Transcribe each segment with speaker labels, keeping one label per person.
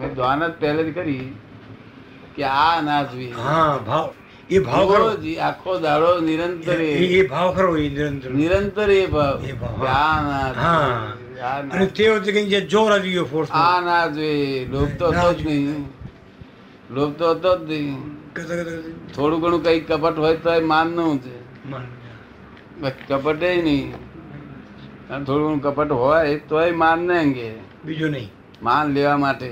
Speaker 1: મેં દ્વાન જ પહેલેથી કરી કે આ અનાજવી
Speaker 2: હા ભાવ એ ભાવ ખરો
Speaker 1: આખો દાડો નિરંતર એ.
Speaker 2: એ એ ભાવ ખરો એ નિરંતર
Speaker 1: નિરંતર એ ભાવ
Speaker 2: એ ભાવ.
Speaker 1: કે આ અનાજ
Speaker 2: હા.
Speaker 1: જોઈએ, આ
Speaker 2: અને
Speaker 1: અનાજ-
Speaker 2: તે વખતે કઈ જે જોર આવી ગયો ફોર્સ
Speaker 1: આ અનાજ જોઈએ. લોભ તો હતો જ નહીં લોભ તો હતો જ નહીં થોડું ઘણું કઈ કપટ હોય તો માનનું છે બસ કપટે નહીં અને થોડું ઘણું કપટ હોય તોય માનને અંગે
Speaker 2: બીજું નહીં
Speaker 1: માન લેવા માટે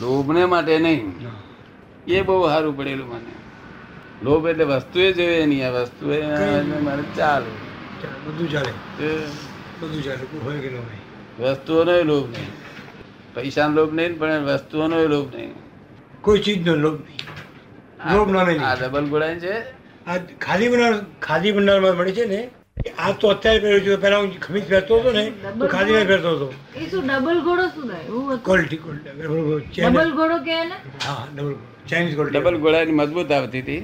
Speaker 1: લોભને માટે નહીં
Speaker 2: 어.
Speaker 1: એ બહુ સારું પડેલું મને લોભ એટલે વસ્તુ એ જોઈએ નહીં આ વસ્તુ એ
Speaker 2: કઈ?
Speaker 1: મારે ચાલે
Speaker 2: ચાલ, બધું ચાલે
Speaker 1: એ
Speaker 2: બધું ચાલે કોઈ હોય કે ન હોય
Speaker 1: વસ્તુઓનો ય લોભ નહીં પૈસાનો લોભ નહીં પણ વસ્તુઓનો ય લોભ નહીં
Speaker 2: કોઈ ચીજનો લોભ નહીં
Speaker 1: આ-
Speaker 2: લોભ નામે નહીં.
Speaker 1: આ ડબલ ગોળાઈ છે
Speaker 2: આ ખાદી ભંડાર ખાદી ભંડારમાં મળે છે ને આ તો અત્યારે પહેર્યું છે પહેલા હું ખમીજ પહેરતો હતો ને તો ખાદીમાં પહેરતો હતો
Speaker 3: એ શું ડબલ ઘોડો શું થાય એવું હતું
Speaker 2: ક્વોલિટી ક્વોલિટી
Speaker 3: ડબલ ઘોડો કે એને
Speaker 2: હા ડબલ ચાઇનીઝ
Speaker 1: ડબલ
Speaker 2: ક્વોલિટી
Speaker 1: ગોળાની મજબૂત આવતી હતી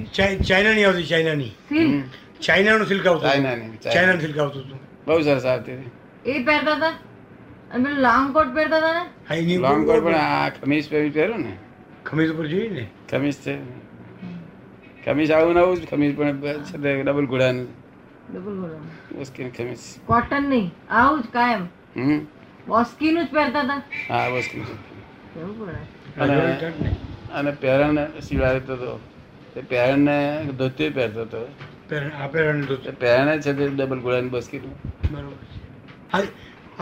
Speaker 2: ચાઇનાની આવતી ચાઇનાની
Speaker 3: સિલ્ક
Speaker 1: હમ.
Speaker 2: ચાઇનાનું સિલ્ક આવતું
Speaker 1: ચાઇનાની, ચાઇના.
Speaker 2: ચાઇનાનું સિલ્ક આવતું હતું
Speaker 1: બહુ સરસ આવતી હતી
Speaker 3: એ પહેરતા હતા અને પેલું લાંગ કોટ પહેરતા હતા ને
Speaker 2: હા એની
Speaker 1: લોંગ કોટ પણ આ ખમીસ પહેરી પહેર્યું ને
Speaker 2: ખમીજ ઉપર જોઈએ ને
Speaker 1: ખમીસ છે ખમીસ આવું નવું જ ખમીસ પણ છે તે ડબલ ગોળાનું
Speaker 3: ડબલ ઘોડો
Speaker 1: મુશ્કેલ ખમીસ
Speaker 3: કોટન નહીં આવું જ કાયમ
Speaker 1: હમ
Speaker 3: બોસ્કીનું જ પહેરતા હતા
Speaker 1: હા મુશ્કેલ
Speaker 3: એવું પડે
Speaker 1: અને-
Speaker 2: રાજસ્થાન ને
Speaker 1: અને પહેરણ સિવાડતો હતો તે પહેરણને ધોતી પહેરતો હતો
Speaker 2: પેરણ આ પેરણ તો
Speaker 1: તે પહેરણે છે તે ડબલ ગોળાની બસ્કીટ
Speaker 2: બરોબર આ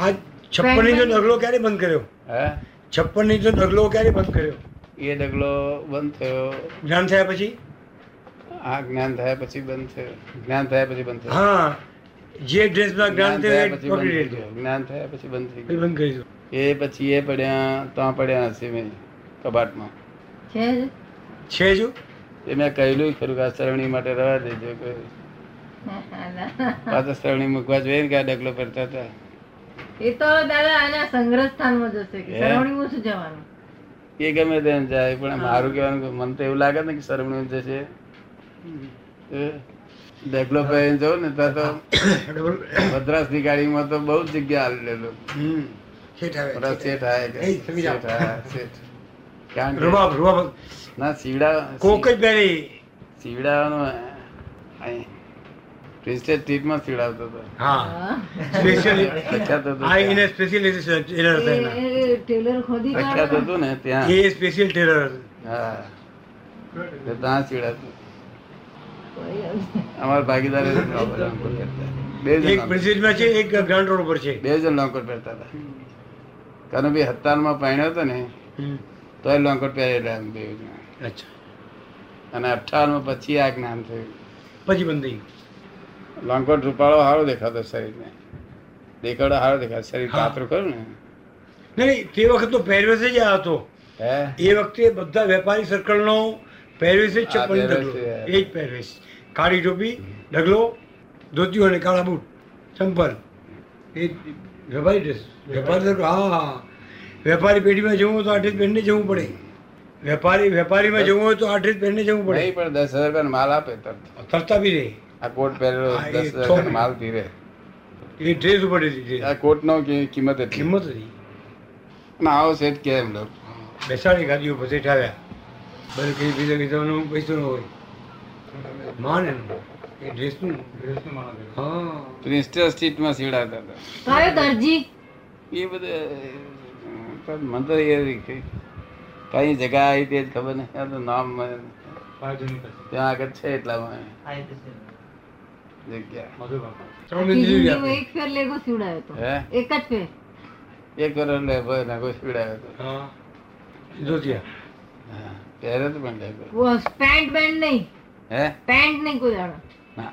Speaker 2: આ છપ્પનની જો ડગલો ક્યારે બંધ કર્યો
Speaker 1: હા
Speaker 2: છપ્પનની જો ડગલો ક્યારે બંધ કર્યો
Speaker 1: એ ડગલો બંધ થયો
Speaker 2: જ્ઞાન થયા પછી
Speaker 1: આ જ્ઞાન થયા પછી બંધ થયો જ્ઞાન થયા પછી બંધ થયો
Speaker 2: હા જે ડ્રેસમાં જ્ઞાન
Speaker 1: જ્ઞાન થયા
Speaker 2: થયું એ
Speaker 1: પછી
Speaker 2: પકડી
Speaker 1: બંધ થઈ
Speaker 2: લીધું
Speaker 1: ગયો. જ્ઞાન થયા પછી બંધ થઈ
Speaker 2: પછી
Speaker 1: ગયું
Speaker 2: બંધ કરી દીધું
Speaker 1: એ પછી એ પડ્યા ત્યાં પડ્યા હશે મેં કબાટમાં
Speaker 3: છે જ?
Speaker 2: છે જો
Speaker 1: એ મેં કહેલું ખરું કે આ સરવણી માટે રવા દેજો કે પાછા સરવણી મૂકવા જોઈએ ને કે આ ડગલો પડતા હતા
Speaker 3: એ તો દાદા આના સંગ્રહ સ્થાનમાં જશે કે
Speaker 1: હે?
Speaker 3: સરવણી ઓછું જવાનું
Speaker 1: એ ગમે તેમ જાય પણ મારું કહેવાનું કે મને તો એવું લાગે ને કે શરમણું જશે એ ડગલો પહેરીને જવું ને ત્યાં તો
Speaker 2: ડબલ
Speaker 1: ભદ્રાસની ગાડીમાં તો બહુ જ જગ્યા આલી લેલું
Speaker 2: હમ શેઠ આવે,
Speaker 1: બધા
Speaker 2: શેઠ
Speaker 1: શેઠ આયા કે
Speaker 2: એ સમજાવો.
Speaker 1: શેઠ આયા, શેઠ.
Speaker 2: આવે.
Speaker 1: કારણ કે
Speaker 2: રૂબાબ રૂબાબ
Speaker 1: ના સીવડા
Speaker 2: કોક જ પહેરી
Speaker 1: સીવડાવાનો અહીં પ્રિન્સેસ ટ્રીટમાં સીવડાવતો હતો
Speaker 2: હા
Speaker 3: હા.
Speaker 2: સ્પેશિયલ
Speaker 1: પ્રખ્યાત હતું
Speaker 2: આ એને
Speaker 1: ત્યાં.
Speaker 2: સ્પેશિયલ ટેલર હતા
Speaker 3: એ-
Speaker 2: એના.
Speaker 3: એ ટેલર ખોદી
Speaker 1: પ્રખ્યાત
Speaker 3: કાઢો
Speaker 1: હતું ને ત્યાં
Speaker 2: એ સ્પેશિયલ ટેલર હતું
Speaker 1: હા તો ત્યાં સીવડાવતો
Speaker 3: કોઈ આવશે.
Speaker 1: અમારા ભાગીદારે લોંગો પહેરતા. બે જણ
Speaker 2: એક
Speaker 1: લોંગો.
Speaker 2: પ્રિન્સિપલમાં છે એક ગ્રાન્ડ રોડ ઉપર છે
Speaker 1: બે જણ લોંગકોટ પહેરતા હતા કનુભાઈ હતાલમાં પહેણ્યો હતો ને
Speaker 2: હમ.
Speaker 1: તો એ લોંગકોટ પહેરેલા એમ બે જણા
Speaker 2: અચ્છા
Speaker 1: અને અઠાવનમાં પછી આ જ્ઞાન થયું
Speaker 2: પછી બંધ થઈ
Speaker 1: લોંગકોટ રૂપાળો સારો દેખાતો શરીરને દેખાડો સારો દેખાતો શરીર
Speaker 2: હા.
Speaker 1: પાતળું ખરું ને
Speaker 2: ગયું. નહીં નહીં, તે વખત તો પહેરવેશ જ આ હતો
Speaker 1: હે
Speaker 2: એ વખતે બધા વેપારી સર્કલનો પહેરવેશ જ
Speaker 1: આ
Speaker 2: ચપ્પલ
Speaker 1: પહેરવેશ
Speaker 2: ડગલો
Speaker 1: છે.
Speaker 2: એ જ પહેરવેશ કાળી ટોપી ડગલો ધોતીઓ અને કાળા બૂટ ચંપલ એ જ વેપારી ડ્રેસ વેપારી ડગલો, હા વેપારી પેઢીમાં જવું હોય તો આ ડ્રેસ પહેરીને જવું પડે વેપારી વેપારીમાં જવું હોય તો આ ડ્રેસ પહેરીને જવું પડે
Speaker 1: નહીં પણ દસ હજાર રૂપિયાનો માલ આપે તરત
Speaker 2: તરતા બી રહે
Speaker 1: આ કોટ પહેરેલો
Speaker 2: હા, એ
Speaker 1: દસ હજાર
Speaker 2: તો
Speaker 1: રૂપિયાનો
Speaker 2: બી.
Speaker 1: માલ પીરે
Speaker 2: એ ડ્રેસ ઉપર હતી
Speaker 1: આ કોટનો કિ- કિંમત એટલી
Speaker 2: કિંમત હતી
Speaker 1: અને આવો સેટ કેમ લો
Speaker 2: બેસાડી ગાડી ઉપર ઠાવ્યા બધું કઈ બીજા કઈ જવાનું પૈસો ન હોય માન એનું એ ડ્રેસનું હા
Speaker 1: પ્રિન્સ્ટર સ્ટ્રીટમાં સીવડાવતા હતા
Speaker 3: કયો દરજી
Speaker 1: એ બધા મને તો એ કઈ કઈ જગ્યા આવી તે જ ખબર નહીં આ તો નામ મને ત્યાં આગળ છે એટલા માટે જગ્યા
Speaker 2: ત્રણ
Speaker 3: આખી
Speaker 2: મિનિટ
Speaker 3: જિંદગીમાં
Speaker 2: આપી
Speaker 3: એક ફેર લેગો સીવડાયો હતો
Speaker 1: હે?
Speaker 3: એક જ ફેર
Speaker 1: એક વર્ષ લે ભાઈ નાખો સીવડાવ્યો હતો
Speaker 2: હા જોતિયા
Speaker 1: હા, પહેર્યો તો પણ લેંગો
Speaker 3: પેન્ટ બેન્ટ નહીં
Speaker 1: હે
Speaker 3: પેન્ટ નહીં કોઈ દાડો
Speaker 1: ના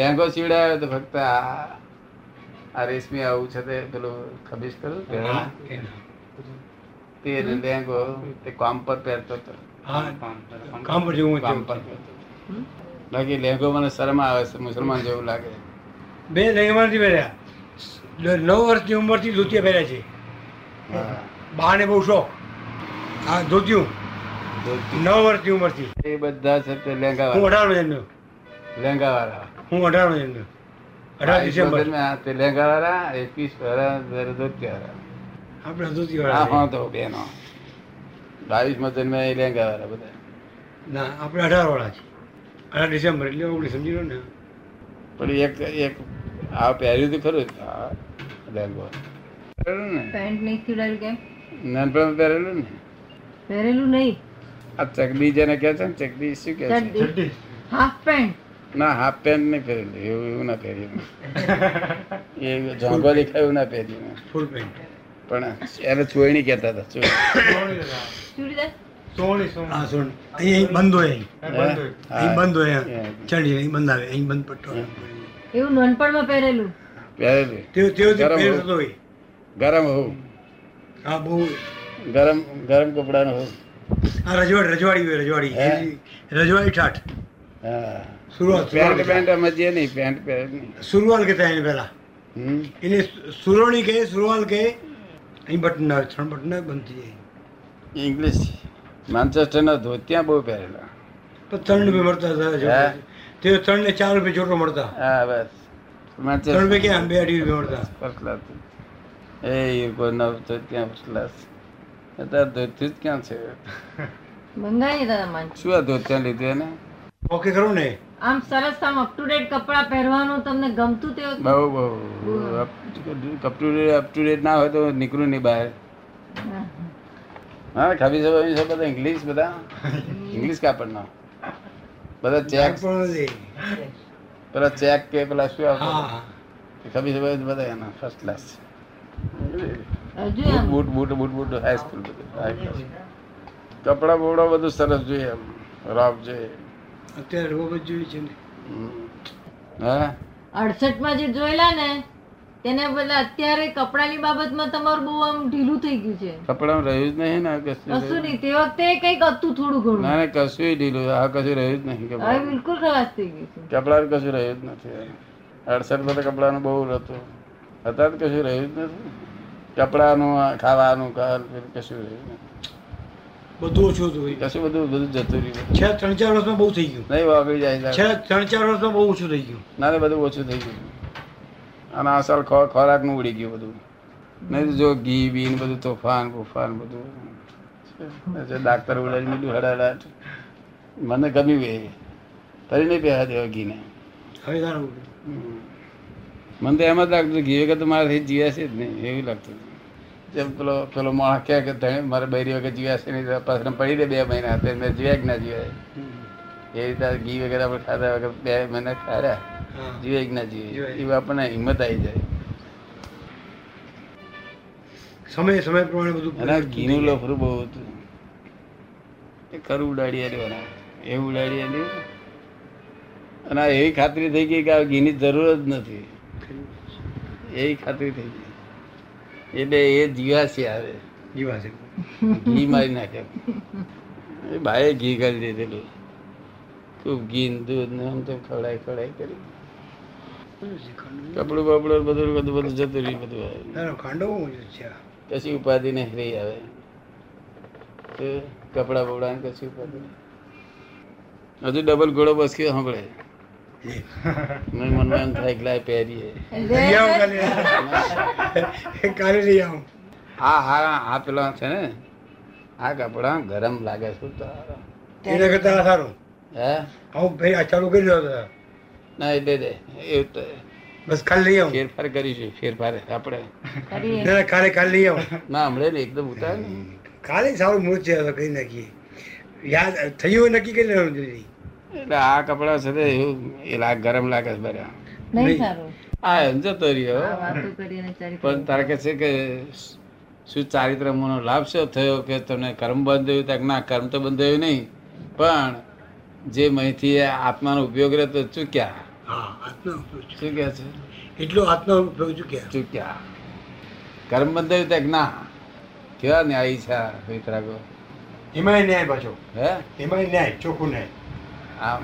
Speaker 1: લેંગો સીવડાવ્યો તો ફક્ત આ આ રેશમી આવું છે તે પેલું ખબીશ કરું પહેરેલું?
Speaker 2: હા, એના.
Speaker 1: તે લેંગો તે કામ પર પહેરતો હતો
Speaker 2: હા કામ પર જવું
Speaker 1: કામ પર
Speaker 2: હોય
Speaker 1: પહેરતો હતો. બાકી લેંગો મને શરમ આવે છે મુસલમાન જેવું લાગે
Speaker 2: તો. બે લહેમાનથી પહેર્યા દ- નવ વર્ષની ઉંમરથી ધોતિયા પહેર્યા છે
Speaker 1: હા
Speaker 2: બાને બહુ શોખ હા ધોતિયું
Speaker 1: ધોતી.
Speaker 2: નવ વર્ષની ઉંમરથી
Speaker 1: એ બધા છે તે
Speaker 2: હું
Speaker 1: લેંગા
Speaker 2: અઢારનો જન્મ્યો
Speaker 1: લેંગા વાળા
Speaker 2: હું અઢારનો જન્મ્યો અઢાર ડિસેમ્બર
Speaker 1: તે લેંગા વાળા એકવીસ વાળા ધોતિયા વાળા
Speaker 2: આપણે ધોતી
Speaker 1: આ
Speaker 2: વાળા
Speaker 1: હોતો બેનો બાવીસમાં જન્મ્યા એ લેંગાવાળા બધા
Speaker 2: ના આપણે અઢાર વાળા છે અઢાર ડિસેમ્બર એટલે ઓગણીસ સમજી લો ને
Speaker 1: પણ એક એક આ પહેર્યું તો ખરું આ લેંગો પહેરેલું ને
Speaker 3: પેન્ટ નહીં સીવડાવ્યું કેમ
Speaker 1: નાનપણમાં પહેરેલું ને
Speaker 3: પહેરેલું નહીં
Speaker 1: આ ચકડી જેને કહે છે ને ચકડી શું કહે છે
Speaker 3: ચડ્ડી. હાફ પેન્ટ
Speaker 1: ના હાફ પેન્ટ નહીં પહેરેલું એવું એવું ના પહેર્યું મેં. એ ઝોંગો દેખાય એવું ના પહેર્યું મેં.
Speaker 2: ફૂલ પેન્ટ
Speaker 1: પણ એને ચોયણી કહેતા હતા ચોયણી.
Speaker 3: ચૂડીદાર
Speaker 2: હા સોન અહીં અહીં બંધ હોય અહીં અહીં બંધ હોય
Speaker 1: હા.
Speaker 2: અહીં. ચડી અહીં બંધ આવે અહીં બંધ પટ્ટો આવે.
Speaker 3: એવું નાનપણમાં પહેરેલું
Speaker 1: પહેરેલું
Speaker 2: તેઓ તેઓ તે
Speaker 1: ગરમ
Speaker 2: પહેર
Speaker 1: હોય.
Speaker 2: થતો હોય
Speaker 1: ગરમ હોવું
Speaker 2: હા બહુ
Speaker 1: ગરમ ગરમ કપડાનું હોવું
Speaker 2: આ રજવાડી રજવાડી હોય
Speaker 1: હે?
Speaker 2: રજવાડી રજવાડી ઠાઠ
Speaker 1: હા પેન્ટ
Speaker 2: સુરત સુરવાળ
Speaker 1: પેન્ટ અમે જે નહીં પેન્ટ પહેરે નહીં
Speaker 2: સુરવાલ કહેતા એને પહેલા
Speaker 1: હમ
Speaker 2: એને સુરોણી કહે સુરવાલ કહે અહીં બટન આવે ત્રણ બટન આવે, બંધ થઈ જાય
Speaker 1: ઇંગ્લિશ માન્ચેસ્ટરના ધોતિયા બહુ પહેરેલા
Speaker 2: તો ત્રણ રૂપિયા મળતા હતા
Speaker 1: હે?
Speaker 2: રજવાડી. તેઓ ત્રણ ને ચાર રૂપિયા ચોટો મળતા
Speaker 1: હા બસ
Speaker 2: ત્રણ
Speaker 1: માન્ચેસ્ટર
Speaker 2: રૂપિયા ક્યાં બે અઢી રૂપિયા મળતા
Speaker 1: ફર્સ્ટ ક્લાસ એ કોઈના ધોતિયા ફર્સ્ટ ક્લાસ અત્યારે ધોતી જ ક્યાં છે
Speaker 3: બંગાળી હતા તમારે
Speaker 1: શું આ ધોતિયા લીધું એને
Speaker 2: ઓકે ખરું ને
Speaker 3: આમ સરસ આમ અપ ટુ ડેટ કપડાં પહેરવાનું તમને ગમતું તે હતું?
Speaker 1: બહુ બહુ up to date up to date ના હોય તો નીકળું નહીં બહાર
Speaker 3: હા.
Speaker 1: હા ખાબી સાહેબ અમી સાહેબ બધા ઇંગ્લિશ બધા ઇંગ્લિશ કાપડના બધા ચેક
Speaker 2: પણ નથી.
Speaker 1: પેલા ચેક કે પેલા શું આવતા
Speaker 2: હા
Speaker 1: ખાબી સાહેબ બધા એના ફર્સ્ટ ક્લાસ છે બૂટ
Speaker 3: હજુ એમ
Speaker 1: boot boot boot boot high school બધું high class. કપડાં બપડા બધું સરસ જોઈએ એમ રાફ જોઈએ
Speaker 2: અત્યારે રોબ જ જોઈએ છે ને
Speaker 1: હમ. હા
Speaker 3: અડસઠ માં જે જોયેલા ને તેને બદલે અત્યારે કપડાની બાબતમાં તમારું બહુ આમ ઢીલું થઈ ગયું છે
Speaker 1: કપડામાં રહ્યું જ નહીં ને આ કશું
Speaker 3: કશું
Speaker 1: રહ્યું.
Speaker 3: નહીં તે વખતે કંઈક હતું થોડું ઘણું
Speaker 1: ના ના કશું ઢીલું આ કશું રહ્યું જ નહીં
Speaker 3: હવે
Speaker 1: કપડાં
Speaker 3: બિલકુલ ખલાસ થઈ ગયું છે
Speaker 1: કપડાં કશું રહ્યું જ નથી અડસઠમાં તો કપડાનું બહુ હતું અત્યારે તો કશું રહ્યું જ નથી કપડાનું આ ખાવાનું ખાવાનું પેલું કશું રહ્યું નથી.
Speaker 2: બધું ઓછું હતું ભાઈ.
Speaker 1: કશું બધું બધું જતું રહ્યું બધું.
Speaker 2: છ ત્રણ ચાર વર્ષમાં બહુ થઈ ગયું
Speaker 1: નહીં વાગડી જાય
Speaker 2: છ ત્રણ ચાર વર્ષમાં બહુ ઓછું થઈ ગયું
Speaker 1: ના ના બધું ઓછું થઈ ગયું અને આ સાલ ખો- ખોરાકનું ઉડી ગયું બધું નહીં તો જો ઘી બીન બધું તોફાન બુફાન બધું છે. ડાક્ટર ઉડાડી મીઠું હડાડાટ મને ગમ્યું એ ફરી નહીં પહેરા દેવા ઘીને
Speaker 2: હવે તારું બોલ.
Speaker 1: હમ. મને તો એમ જ લાગતું હતું, ઘી વગર તો મારાથી જીવાશે જ નહીં એવું લાગતું હતું. જેમ પેલો પેલો માણસ કહે કે ધણી મારે બૈરી વગર જીવાશે નહીં તો પાછળ પડી દે બે મહિના તો મેં જીવ્યા કે ના જીવાય એ રીતે આ ઘી વગર આપણે ખાધા વગર બે મહિના ખાધા
Speaker 2: હા.
Speaker 1: જીવે કે ના જીવે
Speaker 2: જીવે.
Speaker 1: એવું આપણને હિંમત આવી જાય
Speaker 2: સમય સમય પ્રમાણે બધું
Speaker 1: અને આ ઘીનું લફરું બહુ હતું એ ખરું ઉડાડી આલ્યું અને એ ઉડાડી આલ્યું અને આ એવી ખાતરી થઈ ગઈ કે આ ઘીની જરૂર જ નથી એવી ખાતરી થઈ ગઈ એટલે એ જીવાસી આવે
Speaker 2: જીવા છે
Speaker 1: ઘી મારી નાખે એ ભાઈએ ઘી કરી દીધેલું ખૂબ ઘી ને દૂધ ને આમ તેમ ખવડાય ખવડાય કરી કપડું બપડું બધું બધું બધું જતું રહ્યું બધું આવે
Speaker 2: તારો ખાંડો બહુ જ છે આ.
Speaker 1: કશી ઉપાધિ નહીં રહી આવે તો કપડાં બપડા કશી ઉપાધિ નહીં. હજુ ડબલ ઘોડો બસક્યો સાંભળે
Speaker 2: લે.
Speaker 1: મને મનમાં એમ થાય કે લાય પહેરીએ
Speaker 3: લે,
Speaker 2: લઈ આવો
Speaker 3: લે.
Speaker 2: કાલે કાલે લઈ આવો
Speaker 1: આ હા આ પેલા છે ને આ કપડાં ગરમ લાગે છે તારા.
Speaker 2: એના કરતા આ સારું
Speaker 1: હે
Speaker 2: આવું ભાઈ આ ચાલુ કરી દો દાદા.
Speaker 1: ના એટલે દે એવું તો
Speaker 2: બસ કાલે લઈ આવો
Speaker 1: ફેરફાર કરીશું ફેરફાર આપણે
Speaker 3: કરીએ.
Speaker 2: ના, ના, કાલે કાલે લઈ આવો
Speaker 1: ના હમણાં ને એકદમ ઉતાર ને
Speaker 2: કાલે સારું મૂળ છે હવે કરી નાખીએ યાદ થયું હોય નક્કી કરી લેવાનું જલ્દી
Speaker 1: એટલે આ કપડાં છે ને એવું એ લાગ ગરમ લાગે છે બધા
Speaker 3: નહીં
Speaker 2: નહીં.
Speaker 3: સારું
Speaker 1: આ એમ જતો રહ્યો
Speaker 3: આ વાતો કરીને ચાલી
Speaker 1: પણ તારે કે છે કે શું ચારિત્રમોનો લાભ શું થયો કે તમને કર્મ બંધાયું ત્યાં ના કર્મ તો બંધાયું નહીં પણ જે મહીથી આ આત્માનો ઉપયોગ રહેતો ચૂક્યા
Speaker 2: હા આત્મા ઉપયોગ છે.
Speaker 1: શું કહે છે
Speaker 2: એટલો આત્મા ઉપયોગ ચૂક્યા
Speaker 1: ચૂક્યા કર્મ બંધાયું ત્યાં ના કેવા ન્યાયી છે આ વિતરાગો
Speaker 2: એમાંય ન્યાય પાછો
Speaker 1: હે
Speaker 2: એમાંય ન્યાય ચોખ્ખું ન્યાય
Speaker 1: આ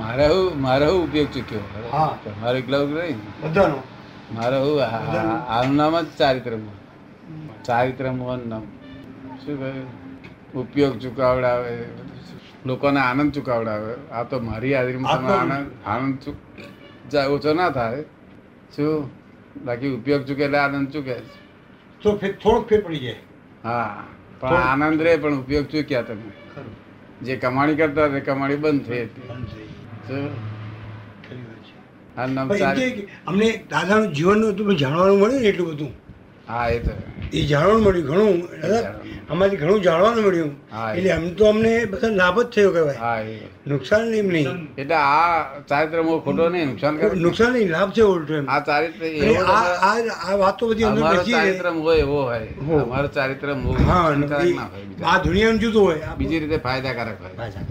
Speaker 1: મારે હું મારે હું ઉપયોગ ચૂક્યો
Speaker 2: હા.
Speaker 1: મારો એકલા ઉપયોગ નહીં
Speaker 2: બધાનો
Speaker 1: મારે હું આ- આ- આનું નામ જ ચારિત્રમો ચારિત્રમોહન નામ શું કહ્યું ઉપયોગ ચુકાવડાવે લોકોને આનંદ ચુકાવડાવે આ તો મારી હાજરીમાં તમે
Speaker 2: આત્મા-
Speaker 1: આનંદ આનંદ ચૂક જાય ઓછો ના થાય શું બાકી ઉપયોગ ચૂકે એટલે આનંદ ચૂકે જ.
Speaker 2: તો ફેર થોડોક ફેર પડી જાય
Speaker 1: હા પણ આનંદ રે પણ ઉપયોગ ચૂક્યા તમે
Speaker 2: ખરું
Speaker 1: જે કમાણી કરતા તે કમાણી બંધ થઈ હતી
Speaker 2: બંધ થઈ ગયું.
Speaker 1: શું?
Speaker 2: ખરી વાત છે.
Speaker 1: આ નામ
Speaker 2: પણ એ
Speaker 1: સારી-
Speaker 2: કે અમને દાદાનું જીવનનું એટલું બધું જાણવાનું મળ્યું ને એટલું બધું
Speaker 1: હા એ તો
Speaker 2: એ જાણવાનું મળ્યું ઘણું દાદા આમાંથી ઘણું જાણવાનું મળ્યું
Speaker 1: હા, એ.
Speaker 2: એટલે એમ તો અમને બધા લાભ જ થયો કહેવાય
Speaker 1: હા એ
Speaker 2: નુકસાન એમ નહીં
Speaker 1: એટલે આ ચારિત્ર મોહ ખોટો નહીં નુકસાન કરે
Speaker 2: નુકસાન નહીં લાભ છે ઉલટો એમ
Speaker 1: આ ચારિત્ર
Speaker 2: અને
Speaker 1: એવો
Speaker 2: આ આ- આ વાતો બધી અંદર
Speaker 1: અમારો
Speaker 2: બેસી રહે.
Speaker 1: ચારિત્ર મોહ એવો હોય
Speaker 2: હો.
Speaker 1: અમારો ચારિત્ર મોહ
Speaker 2: હા અને
Speaker 1: નુકસાનકારક ના હોય
Speaker 2: એ-
Speaker 1: બીજા.
Speaker 2: આ દુનિયામાં જુદું હોય આ
Speaker 1: બીજી રીતે ફાયદાકારક હોય
Speaker 2: ભાષા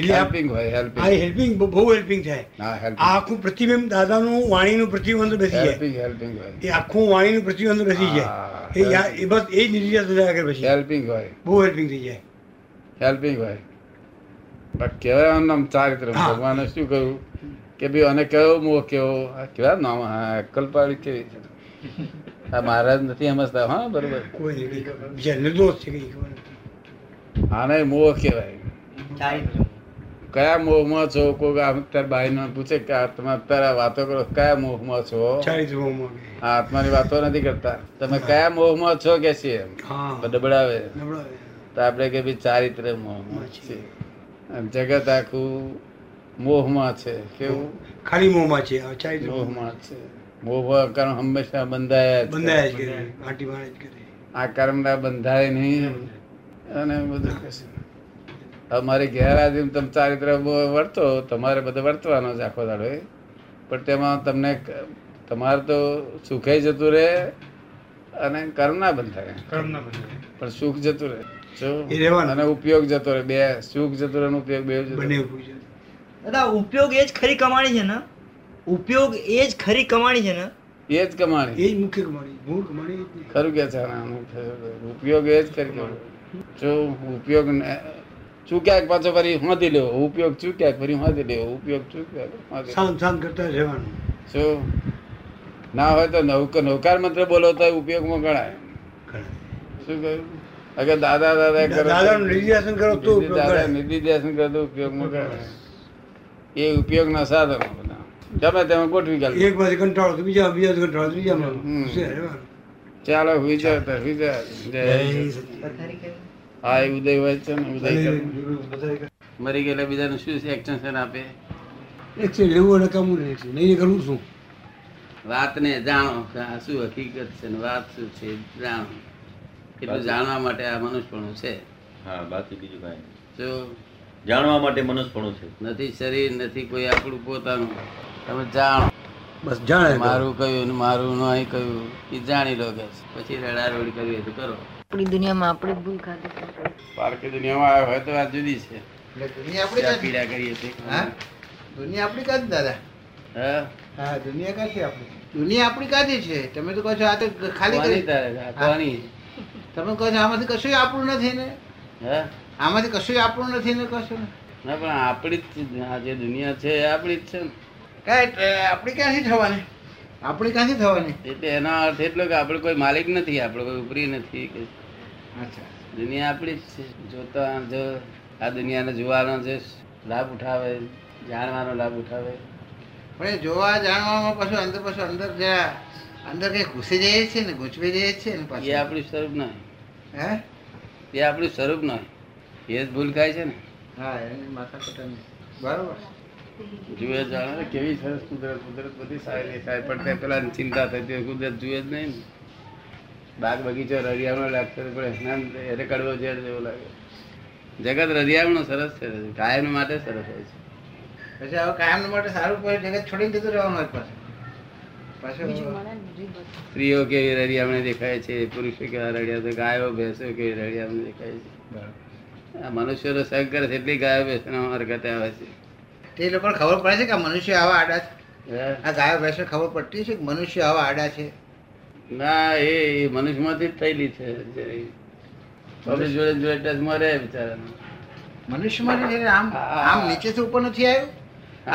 Speaker 2: એટલે આ-
Speaker 1: હેલ્પિંગ હોય
Speaker 2: આ
Speaker 1: હેલ્પિંગ
Speaker 2: હેલ્પિંગ બહુ હેલ્પિંગ થાય
Speaker 1: હા
Speaker 2: આ
Speaker 1: હેલ્પિંગ
Speaker 2: આખું પ્રતિબિંબ દાદાનું વાણીનું પ્રતિબિંબ અંદર બેસી જાય
Speaker 1: હેલ્પિંગ હેલ્પિંગ હોય
Speaker 2: એ આખું વાણીનું પ્રતિબિંબ અંદર બેસી
Speaker 1: હા,
Speaker 2: જાય એ યા- એ બસ એ જ નિર્યાત થાય આગળ પછી
Speaker 1: હેલ્પિંગ હોય
Speaker 2: બહુ હેલ્પિંગ થઈ જાય
Speaker 1: હેલ્પિંગ હોય પણ કહેવાય નામ ચારિત્ર
Speaker 2: હા.
Speaker 1: ભગવાને શું કહ્યું કે ભાઈ અને કયો મોહ કેવો આ કેવા નામ હા કલ્પાળી કેવી છે આ મહારાજ નથી સમજતા હા બરોબર
Speaker 2: કોઈ નહીં કંઈ ખબર. બીજા નિર્દોષ છે કંઈ ખબર નથી.
Speaker 1: આને મોહ કહેવાય કયા મોહમાં છો કોઈ આમ અત્યારે બાઈને પૂછે કે આ તમે અત્યારે આ વાતો કરો કયા મોહમાં છો
Speaker 2: ચારિત્ર મોહમાં.
Speaker 1: આ આત્માની વાતો નથી કરતા તમે કયા મોહમાં છો કે છે એમ
Speaker 2: હા
Speaker 1: ડબડાવે
Speaker 2: નબળા.
Speaker 1: તો આપણે કે ભાઈ ચારિત્ર મોહમાં છે અને જગત આખું મોહમાં છે કેવું
Speaker 2: ખાલી મોહમાં છે આ ચારિત્ર મોહમાં.
Speaker 1: મોહમાં છે મોહ કર્મ હંમેશા બંધાયા છે
Speaker 2: બંધાયા જ કરે આંટી મારે જ કરે
Speaker 1: આ કર્મના બંધાય નહીં અને બધું કશું અમારે ગેરહાજરી તમે ચારિત્ર મોહ વર્તો તમારે બધે વર્તવાનો જ આખો દાડો એ. પણ તેમાં તમને ક- તમારે તો સુખાઈ જતું રહે અને કર્મ ના બંધાય પણ સુખ જતું રહે શું?
Speaker 2: એ રહેવાનું.
Speaker 1: અને ઉપયોગ જતો રહે બે સુખ જતું રહે અને ઉપયોગ બે જતો રહે.
Speaker 2: બંને પૂજ્ય.
Speaker 4: દાદા ઉપયોગ એ જ ખરી કમાણી છે ને ઉપયોગ એ જ ખરી કમાણી છે ને
Speaker 1: એ જ કમાણી
Speaker 2: એ જ મુખ્ય કમાણી મૂળ કમાણી એ જ નહીં.
Speaker 1: ખરું કે છે આનું? ઉપયોગ એ જ કરી દેવો. જો ઉપયોગ ને- ચૂક્યાક પાછો ફરી હોંધી લેવો ઉપયોગ ચૂક્યાક ફરી હોંધી લેવો ઉપયોગ ચૂક્યાક હોંધી લેવો.
Speaker 2: શાંત શાંત કરતા રહેવાનું
Speaker 1: જો ના હોય તો નૌક- નૌકાર મંત્ર બોલો તો ઉપયોગમાં ગણાય શું કહ્યું અગર દાદા દાદા કરો તો-
Speaker 2: દાદાનું નિર્યાસન કરો તો ઉપયોગ
Speaker 1: દાદા
Speaker 2: ગણાય.
Speaker 1: નિધિધ્યાસન કરો તો ઉપયોગમાં ગણાય. એ ઉપયોગના સાધનો બધા ગમે તેમાં ગોઠવી કાઢો.
Speaker 2: એક બાજુ કંટાળો તો બીજા બીજા બાજુ કંટાળો તો બીજામાં.
Speaker 1: હમ.
Speaker 2: ઘૂસે રહેવાનું.
Speaker 1: ચાલો હુઈ જાઓ તો હુઈ જાઓ. જય હા એ ઉદય હોય છે ને ઉદય કરો. મરી ગયેલા બીજાનું શું એક્સટેન્શન આપે
Speaker 2: એક છે લેવું અને કામું ને એક છે. નહીં કરવું શું
Speaker 1: વાતને જાણો કે આ શું હકીકત છે ને વાત શું છે એ જાણો એટલું જાણવા માટે આ મનુષ્યપણું છે
Speaker 5: હા બાકી બીજું કાંઈ નહીં.
Speaker 1: જો
Speaker 5: જાણવા માટે મનસ્પણું છે
Speaker 1: નથી શરીર નથી કોઈ આપણું પોતાનું તમે જાણો
Speaker 2: બસ જાણે કરો.
Speaker 1: મારું કયું ને મારું નહીં કયું એ જાણી લો કે છે. પછી રડારડી કરવી હોય તો કરો
Speaker 3: આપણી દુનિયામાં આપણે જ ભૂલ ખાધી છે.
Speaker 1: પારકી દુનિયામાં આવ્યો હોય તો વાત જુદી છે
Speaker 6: એટલે દુનિયા આપણી
Speaker 1: જ્યાં
Speaker 6: કાંઈ-
Speaker 1: પીડા કરીએ છીએ
Speaker 6: હા? દુનિયા આપણી કાંઈ જ દાદા
Speaker 1: હા
Speaker 6: હા દુનિયા કાંઈ છે આપણી દુનિયા આપણી કાંઈ છે તમે તો કહો છો આ તો ખાલી
Speaker 1: કોની
Speaker 6: કરી
Speaker 1: તારે? આ કોની?
Speaker 6: તમે કહો છો આમાંથી કશું આપણું નથી ને
Speaker 1: હા
Speaker 6: આમાંથી કશું આપણું નથી ને કહો છો ને
Speaker 1: ના પણ આપણી જ છે. આ જે દુનિયા છે એ આપણી જ છે ને.
Speaker 6: કાંઈ અ, આપણી ક્યાંથી થવાની આપણી ક્યાંથી થવાની
Speaker 1: એટલે એનો અર્થ એટલો કે આપણે કોઈ માલિક નથી આપણે કોઈ ઉપરી નથી કે
Speaker 6: અચ્છા
Speaker 1: દુનિયા આપણી જ છે જોતા જો આ દુનિયાને જોવાનો જે લાભ ઉઠાવે જાણવાનો લાભ ઉઠાવે
Speaker 6: પણ એ જોવા જાણવામાં પાછું અંદર પાછું અંદર જરા અંદર કઈ ઘૂસી જઈએ છીએ ને ગૂંચવી જઈએ છીએ ને
Speaker 1: એ
Speaker 6: પાછું
Speaker 1: આપણું સ્વરૂપ નહીં
Speaker 6: હે
Speaker 1: એ આપણું સ્વરૂપ નહીં એ જ ભૂલ ખાય છે ને
Speaker 6: હા એની માથાકૂટની બરાબર
Speaker 1: જુએ જાણે કેવી સરસ કુદરત કુદરત બધી સારી દેખાય પણ તે પેલા ચિંતા થતી હોય કુદરત જુએ જ નહીં ને. બાગ બગીચો રળિયામણો લાગતો હોય, પણ એના એને કડવો ઝેર જેવો લાગે જગત રળિયામણું સરસ છે કાયમ માટે સરસ હોય છે
Speaker 6: પછી હવે કાયમ માટે સારું પછી જગત છોડીને જતું રહેવાનું જ પાછું
Speaker 3: બીજું
Speaker 6: પાછું
Speaker 3: મળે ને રીત બધું.
Speaker 1: સ્ત્રીઓ કેવી રળિયામણે દેખાય છે પુરુષો કેવા રળિયા છે ગાયો ભેંસો કેવી રળિયામણે દેખાય છે આ મનુષ્યનો સંગ કરે છે એટલી ગાયો ભેંસોનો હરકત આવે છે
Speaker 6: તે લોકોને ખબર પડે છે કે આ મનુષ્ય આવા આડા છે
Speaker 1: હે?
Speaker 6: આ ગાયો ભેંસને ખબર પડતી છે કે મનુષ્ય આવા આડા છે
Speaker 1: ના એ એ મનુષ્યમાંથી જ થયેલી છે જરી. હવે જોડે જોડે ટચમાં રહે બિચારાને.
Speaker 6: મનુષ્યમાંથી જઈને આમ
Speaker 1: હા.
Speaker 6: આમ નીચેથી ઉપર નથી આવ્યું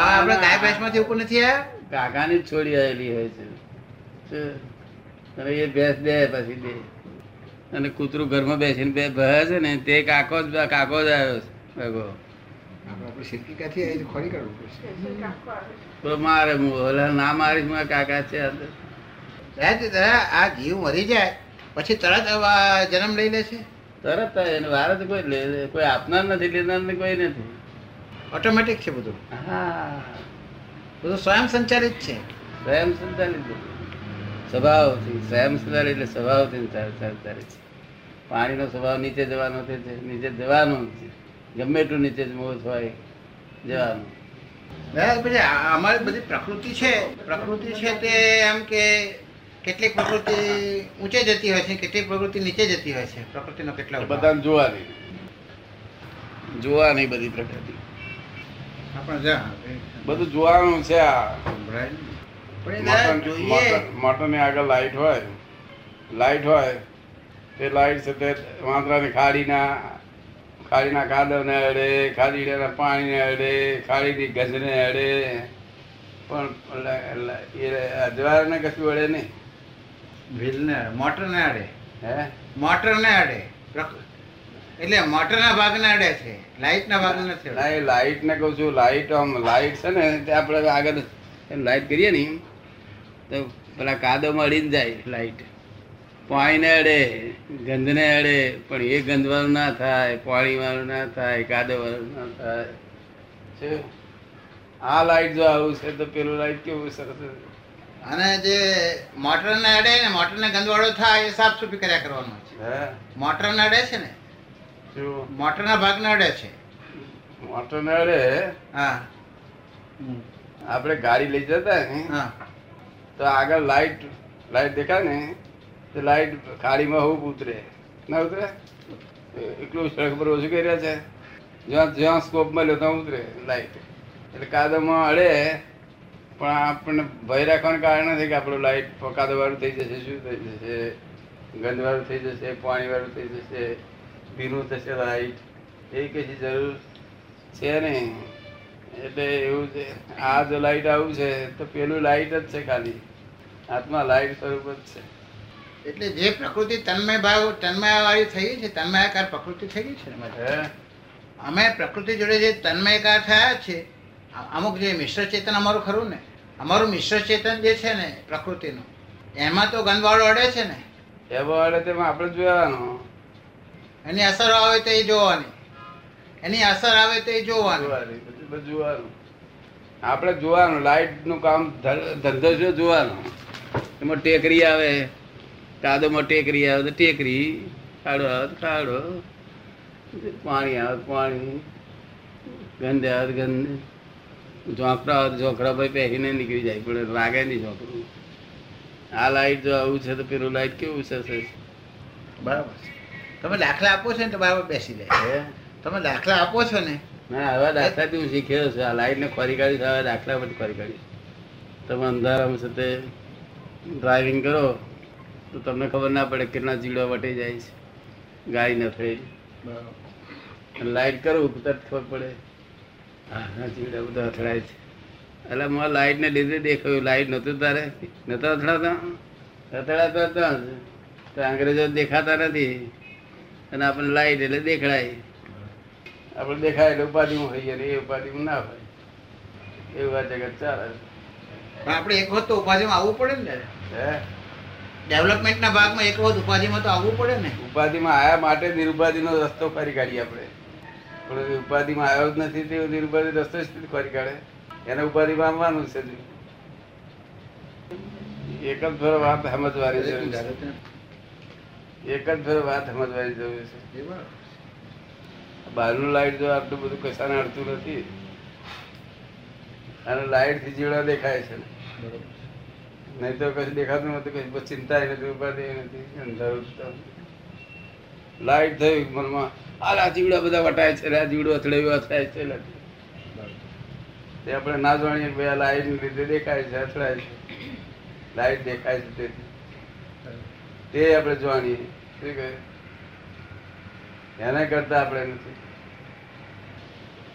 Speaker 6: આ આપણે ગાય ભેંસમાંથી ઉપર નથી આવ્યા
Speaker 1: કાકાની જ છોડી આવેલી હોય છે શું? અને એ ભેંસ દે પછી દે અને કૂતરું ઘરમાં બેસીને બે ભરે છે ને તે કાકો જ કાકો જ આવ્યો છે ભગો
Speaker 6: આપણે આપણી સિદ્ધિ ક્યાંથી આવી છે? ખોરી કરવું પડશે
Speaker 1: બોલો મારે હું ઓલા ના મારીશ મારા કાકા છે આ તો.
Speaker 6: દયા તે દયા, આ જીવ મરી જાય પછી તરત આ જન્મ લઈ લે છે
Speaker 1: તરત થાય એને વાર જ કોઈ લે કોઈ આપનાર નથી લેનાર ને કોઈ નથી
Speaker 6: ઓટોમેટિક છે બધું
Speaker 1: હા
Speaker 6: બધું સ્વયં સંચાલિત છે
Speaker 1: સ્વયં સંચાલિત બધું. સ્વભાવથી સ્વયં સંચાલિત એટલે સ્વભાવથી ચાલ- સંચાલિત છે પાણીનો સ્વભાવ નીચે જવાનો તે છે નીચે જવાનો જ છે ગમે એટલું નીચે જ મોજ હોય જવાનું
Speaker 6: બરાબર પછી આ- અમારી બધી પ્રકૃતિ છે પ્રકૃતિ છે તે એમ કે કેટલીક પ્રકૃતિ ઊંચે જતી હોય છે કેટલીક પ્રકૃતિ નીચે જતી હોય છે પ્રકૃતિનો કેટલા બધા
Speaker 1: બધાને જોવાની જોવાની બધી પ્રકૃતિ
Speaker 6: પણ જા, એ
Speaker 1: બધું જોવાનું છે આ
Speaker 6: સંભળાય ને. પણ એ જરા જોઈએ
Speaker 1: મોટર ની આગળ લાઈટ હોય લાઈટ હોય તે લાઈટ છે તે વાંદરાને ખાડીના ખાડીના કાદવને અડે ખાડીના પાણીને અડે ખાડીની ગંધને અડે પણ લ- લ- એ અજવાળાને કશું અડે નહીં
Speaker 6: વ્હીલને મોટર ને અડે
Speaker 1: હે
Speaker 6: મોટર ને અડે પ્રક- એટલે મોટરના ભાગને અડે છે લાઇટના ભાગને નથી
Speaker 1: ના
Speaker 6: અડે.
Speaker 1: એ લાઈટ ને કહું છું લાઈટ આમ લાઈટ છે ને તે આપણે આગળ એમ લાઈટ કરીએ ને એમ, તો પેલા કાદવમાં અડીને જાય લાઈટ પાણીને અડે ગંધને અડે પણ એ ગંધવાળું ના થાય પાણીવાળું ના થાય કાદવવાળું ના થાય છે આ લાઈટ જો આવું છે તો પેલું લાઈટ કેવું સરસ
Speaker 6: અને જે મોટરને અડે ને મોટરને ગંદવાળો થાય એ સાફ સૂફી કર્યા કરવાનો છે
Speaker 1: હે
Speaker 6: મોટરને અડે છે ને
Speaker 1: શું
Speaker 6: મોટરના ભાગને અડે છે
Speaker 1: મોટરને અડે
Speaker 6: હા
Speaker 1: આપણે ગાડી લઈ જતા ને
Speaker 6: હા
Speaker 1: તો આગળ લાઈટ લાઈટ દેખાય ને તો લાઈટ ખાડીમાં હું ઉતરે ના ઉતરે એ- એટલું સડક પર ઓછું કર્યા છે જ્યાં જ્યાં સ્કોપ મળ્યો ત્યાં ઉતરે લાઈટ એટલે કાદવમાં અડે પણ આપણને ભય રાખવાનું કારણ નથી કે આપણું લાઈટ કાદવવાળું થઈ જશે શું થઈ જશે ગંદવાળું થઈ જશે પાણીવાળું થઈ જશે ભીનું થશે લાઈટ એ કશી જરૂર છે નહીં એટલે એવું છે આ જો લાઈટ આવું છે તો પેલું લાઈટ જ છે ખાલી હાથમાં લાઈટ સ્વરૂપ જ છે
Speaker 6: એટલે જે પ્રકૃતિ તન્મય ભાવ તન્મયવાળી થઈ છે તન્મયાકાર પ્રકૃતિ થઈ ગઈ છે ને બધી.
Speaker 1: હે?
Speaker 6: અમે પ્રકૃતિ જોડે જે તન્મયકાર થયા છે અ- અમુક જે મિશ્ર ચેતન અમારું ખરું ને અમારું મિશ્ર ચેતન જે છે ને પ્રકૃતિનું એમાં તો ગંદવાળો અડે છે ને
Speaker 1: એવો હાલે તેમાં આપણે જોવાનું
Speaker 6: એની અસર આવે તો એ જોવાની એની અસર આવે તો એ જોવાની
Speaker 1: જોવાની, બધું બધું જોવાનું આપણે જોવાનું લાઈટ નું કામ ધર- ધંધો છે જોવાનો એમાં ટેકરી આવે કાદોમાં ટેકરી આવે તો ટેકરી ખાડો આવે તો ખાડો પાણી આવે તો પાણી ગંધ આવે તો ગંધ ઝોંકડા આવે તો ઝોંકડા ભાઈ પહેરીને નીકળી જાય પણ લાગે નહીં ઝોંકડું આ લાઈટ જો આવું છે તો પેલું લાઈટ કેવું છે સર?
Speaker 6: બરાબર છે. તમે દાખલા આપો છો ને તો બરાબર બેસી જાય
Speaker 1: હે
Speaker 6: તમે દાખલા આપો છો ને
Speaker 1: ના હવે દાખલાથી હું શીખ્યો છું આ લાઈટને ખોરી કાઢીશ હવે દાખલા પર ખોરી કાઢીશ તમે અંધારામાં છે તે ડ્રાઇવિંગ કરો તો તમને ખબર ના પડે કેટલા જીવડા વટી જાય છે ગાડી ન થઈ લાઈટ કરું તો તરત ખબર પડે હા હા જીવડા બધા અથડાય છે એટલે મારે લાઈટને લીધે દેખાયું લાઈટ નહોતું તારે નહોતા અથડાતા અથડાતા હતા જ. તો અંગ્રેજો દેખાતા નથી અને આપણને લાઈટ એટલે દેખાડાય આપણે દેખાય એટલે ઉપાધિમાં હોઈએ ને એ ઉપાધિમાં ના હોય એવું આ જગત ચાલે
Speaker 6: પણ આપણે એક વખત તો ઉપાધિમાં આવવું પડે ને
Speaker 1: હે
Speaker 6: ડેવલપમેન્ટના ભાગમાં એક વખત ઉપાધિમાં તો આવવું પડે ને
Speaker 1: ઉપાધિમાં આવ્યા માટે નિરુપાધિનો રસ્તો ફરી કાઢીએ આપણે પણ એ ઉપાધિમાં આવ્યો જ નથી તે નિરુપાધિ રસ્તો જ નથી ફરી કાઢે એને ઉપાધિમાં આવવાનું છે હજુ. એક જ ફેર વાત સમજવાની જરૂર છે એક જ ફેર વાત સમજવાની જરૂર છે
Speaker 6: એ બરાબર.
Speaker 1: બહારનું લાઈટ જો આટલું બધું કશાને અડતું નથી અને લાઈટ થી જીવડા દેખાય છે નહીં તો કશું દેખાતું નતું કશું બસ ચિંતા નથી ઉપાધિ નથી અંધારું જ તો. લાઈટ થઈ મનમાં "હાલ આ જીવડા બધા વટાય છે રે, આ જીવડું અથડાયું અથડાય છે લે." તે આપણે ના જાણીએ કે ભાઈ આ લાઈટ લીધે દેખાય છે અથડાય છે લાઈટ દેખાય છે તેથી. તે આપણે જાણીએ શું કહે એના કરતા આપણે નથી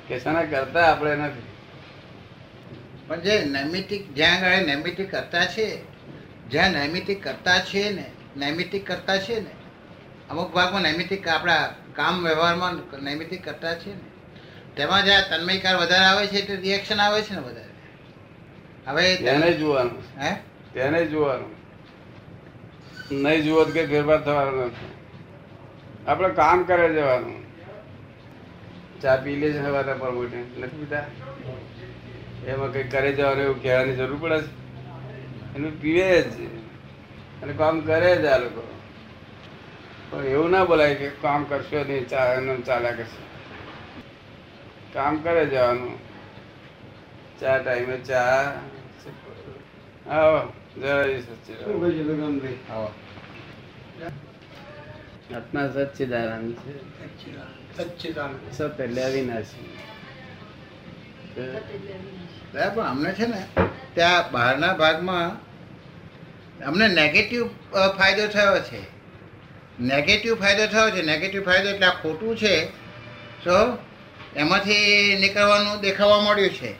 Speaker 1: કે શેના કરતા આપણે નથી
Speaker 6: પણ જે નૈમિતિક જ્યાં આગળ નૈમિતિક કરતા છે જ્યાં નૈમિતિક કરતા છે ને નૈમિતિક કરતા છે ને અમુક ભાગમાં નૈમિતિક આપણા કામ વ્યવહારમાં નૈમિતિક કરતા છે ને તેમાં જ્યાં તન્મયકાર વધારે આવે છે એટલે રિએક્શન આવે છે ને વધારે હવે
Speaker 1: તેને જોવાનું
Speaker 6: હે
Speaker 1: તેને જોવાનું નહીં જુઓ તો કઈ ફેરફાર થવાનો નથી આપણે કામ કરે જવાનું ચા પી લે છે સવારના પ્રમોટે નથી પીતા એમાં કંઈ કરે જવાનું એવું કહેવાની જરૂર પડે છે એનું પીવે જ અને કામ કરે જ આ લોકો પણ એવું ના બોલાય કે કામ કરશો નહીં ચા એનું ચાલ્યા કરશે કામ કરે જવાનું ચા ટાઈમે ચા આવો જય સચિદાનંદ આવો આત્મા સચ્ચિદાનંદ છે સત એટલે અવિનાશી
Speaker 6: દાદા પણ અમને છે ને ત્યાં બહારના ભાગમાં અમને નેગેટિવ ફાયદો થયો છે નેગેટિવ ફાયદો થયો છે નેગેટિવ ફાયદો એટલે આ ખોટું છે તો એમાંથી નીકળવાનું દેખાવા મળ્યું છે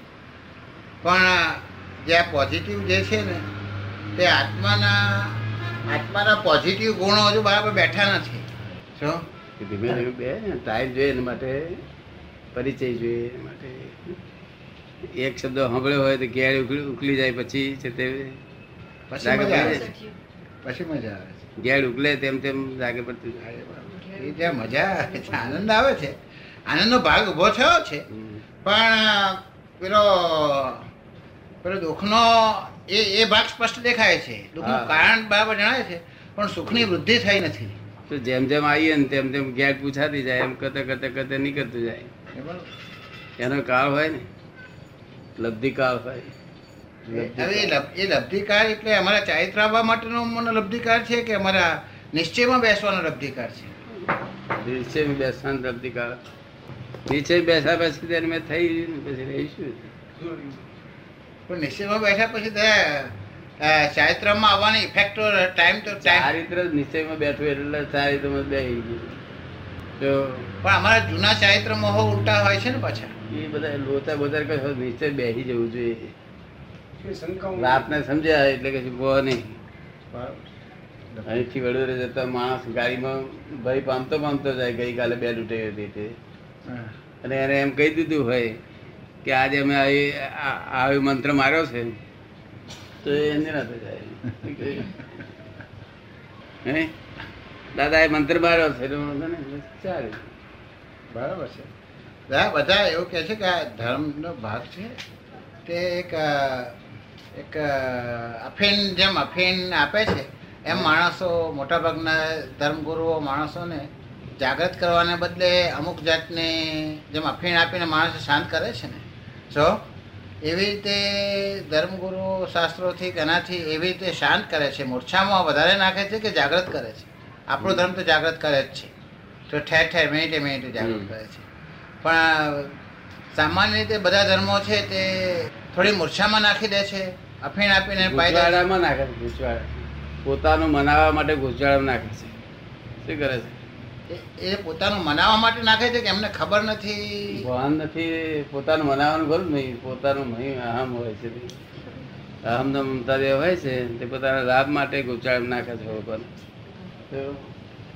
Speaker 6: પણ જે આ પોઝિટિવ જે છે ને તે આત્માના આત્માના પોઝિટિવ ગુણો હજુ બરાબર બેઠા નથી શું
Speaker 1: કે ધીમે ધીમે બે ને ટાઈમ જોઈએ એના માટે પરિચય જોઈએ એના માટે એક શબ્દ સાંભળ્યો હોય તો ઘેર ઉકલી ઉકલી જાય પછી છે તે
Speaker 6: પછી
Speaker 1: જાગે
Speaker 6: મજા આવે
Speaker 1: પડે.
Speaker 6: છે પછી મજા આવે છે
Speaker 1: ઘેર ઉકલે તેમ તેમ જાગે પડતું જાય.
Speaker 6: અરે બાપ. એ જે મજા આવે છે આનંદ આવે છે આનંદનો ભાગ ઊભો થયો છે
Speaker 1: હમ.
Speaker 6: પણ પેલો પેલો દુઃખનો એ એ ભાગ સ્પષ્ટ દેખાય છે દુઃખનું
Speaker 1: હા.
Speaker 6: કારણ બરાબર જણાય છે પણ સુખની વૃદ્ધિ થઈ નથી
Speaker 1: તો જેમ જેમ આવીએ ને તેમ તેમ ઘેર પૂછાતી જાય એમ કરતા કરતા કરતા નીકળતું જાય
Speaker 6: એ બરાબર.
Speaker 1: એનો કાળ હોય ને લબ્ધિ કાળ હોય
Speaker 6: હવે એ લબ- એ લબ્ધિકાર એટલે અમારા ચારિત્ર આવવા માટેનો મનો લબ્ધિકાર છે કે અમારા નિશ્ચયમાં બેસવાનો લબ્ધિકાર છે
Speaker 1: નીચે બી બેસવાનું લબ્ધિ કાળ નીચે બેસા બેસી ત્યારે મેં થઈ ગયું ને પછી રહીશું
Speaker 6: પણ નિશ્ચયમાં બેઠા પછી ત્યાં અ, ચારિત્રમાં આવવાની ઇફેક્ટો ટાઈમ તો ટાઈમ
Speaker 1: ચારિત્ર જ નિશ્ચયમાં બેઠું એટલે ચારિત્રમાં બેસી ગયું તો
Speaker 6: પણ અમારા જૂના ચારિત્ર મોહો ઉલટા હોય છે ને પાછા
Speaker 1: એ બધા લોચા બોચા કશો નીચે બેસી જવું જોઈએ રાતને સમજ્યા એટલે કે બોહ નહીં અહીંથી વડોદરા જતા માણસ ગાડીમાં ભાઈ પામતો પામતો જાય ગઈકાલે બે લૂંટાઈ હતી તે
Speaker 6: હા.
Speaker 1: અને એને એમ કહી દીધું હોય કે આજે અમે આવી આ- આવી મંત્ર માર્યો છે તો એ નિરાતે જાય હે દાદા એ મંત્ર માર્યો છે એટલે હું તને ચાલે
Speaker 6: બરાબર છે બધા બધા એવું કહે છે કે આ ધર્મનો ભાગ છે તે એક અ, એક અ, અફીણ જેમ અફીણ આપે છે એમ માણસો મોટાભાગના ધર્મગુરુઓ માણસોને જાગૃત કરવાને બદલે અમુક જાતની જેમ અફીણ આપીને માણસ શાંત કરે છે ને જો એવી રીતે ધર્મગુરુ શાસ્ત્રોથી કે એનાથી એવી રીતે શાંત કરે છે મૂર્છામાં વધારે નાખે છે કે જાગૃત કરે છે આપણો ધર્મ તો જાગૃત કરે જ છે તો ઠેર ઠેર મિનિટે મિનિટે જાગૃત કરે છે પણ સામાન્ય રીતે બધા ધર્મો છે તે થોડી મૂર્છામાં નાખી દે છે અફીણ આપીને પાયદા
Speaker 1: ગુજવાડામાં નાખે છે ગુજવાડા પોતાનું મનાવવા માટે ગુજવાડામાં નાખે છે શું કરે છે
Speaker 6: એ- એ પોતાનું મનાવવા માટે નાખે છે કે એમને ખબર નથી
Speaker 1: ભાન નથી પોતાનું મનાવવાનું ખરું જ નહીં પોતાનું મહી અહમ હોય છે તે. અહમનો મમતા જે હોય છે તે પોતાના લાભ માટે ગુજવાડામાં નાખે છે લોકોને તો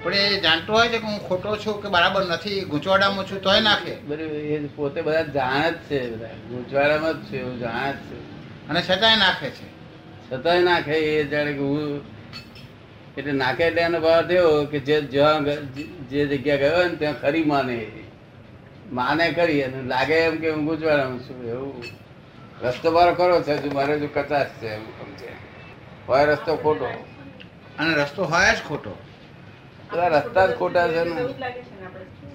Speaker 6: પણ એ જાણતો હોય છે કે હું ખોટો છું કે બરાબર નથી ગૂંચવાડામાં છું તોય નાખે
Speaker 1: બધું એ પોતે બધા જાણે જ છે બધા ગુજવાડામાં જ છે એવું જાણે જ છે
Speaker 6: અને છતાંય નાખે છે
Speaker 1: છતાંય નાખે એ જાણે કે હું એટલે નાખે એટલે એનો ભાવ થયો કે જે જ્યાં ગ- જે જગ્યા ગયો હોય ને ત્યાં ખરી માને એ. માને કરી અને લાગે એમ કે હું ગુજરાતમાં છું એવું રસ્તો મારો ખરો છે હજુ મારે હજુ કચાશ છે એમ સમજે હોય રસ્તો ખોટો
Speaker 6: અને રસ્તો હોય જ ખોટો
Speaker 1: બધા રસ્તા જ ખોટા છે ને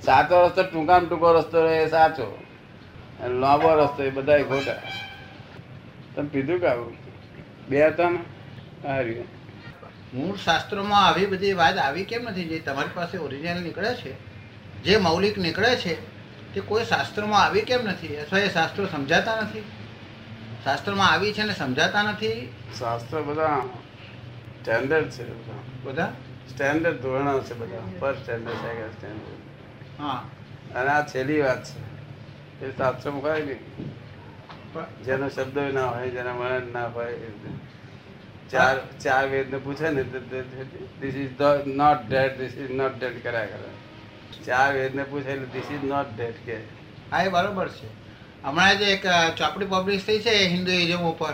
Speaker 1: સાચો રસ્તો ટૂંકામાં ટૂંકો રસ્તો રહે એ સાચો અને લાંબો રસ્તો એ બધા ખોટા તમે પીધું કે આવું બે હતા ને હાર્યું
Speaker 6: મૂળ શાસ્ત્રોમાં આવી બધી વાત આવી કેમ નથી જે તમારી પાસે ઓરિજિનલ નીકળે છે જે મૌલિક નીકળે છે તે કોઈ શાસ્ત્રોમાં આવી કેમ નથી અથવા એ શાસ્ત્રો સમજાતા નથી શાસ્ત્રોમાં આવી છે ને સમજાતા નથી
Speaker 1: શાસ્ત્ર બધા સ્ટેન્ડર્ડ છે બધા
Speaker 6: બધા
Speaker 1: સ્ટેન્ડર્ડ ધોરણો છે બધા ફર્સ્ટ સ્ટેન્ડર્ડ સેકન્ડ સ્ટેન્ડર્ડ
Speaker 6: હા
Speaker 1: અને આ છેલ્લી વાત છે એ શાસ્ત્રમાં કહે નહીં
Speaker 6: પણ
Speaker 1: જેનો શબ્દ ના હોય જેના વર્ણન ના હોય એ રીતે. ચાર ચાર વેદને પૂછે ને this is not that this is not that કર્યા કરે ચાર વેદને પૂછે એટલે ધીસ ઇઝ નોટ ડેડ કે
Speaker 6: હા એ બરોબર છે હમણાં જે એક અ, ચોપડી પબ્લિશ થઈ છે એ હિન્દુઇઝમ ઉપર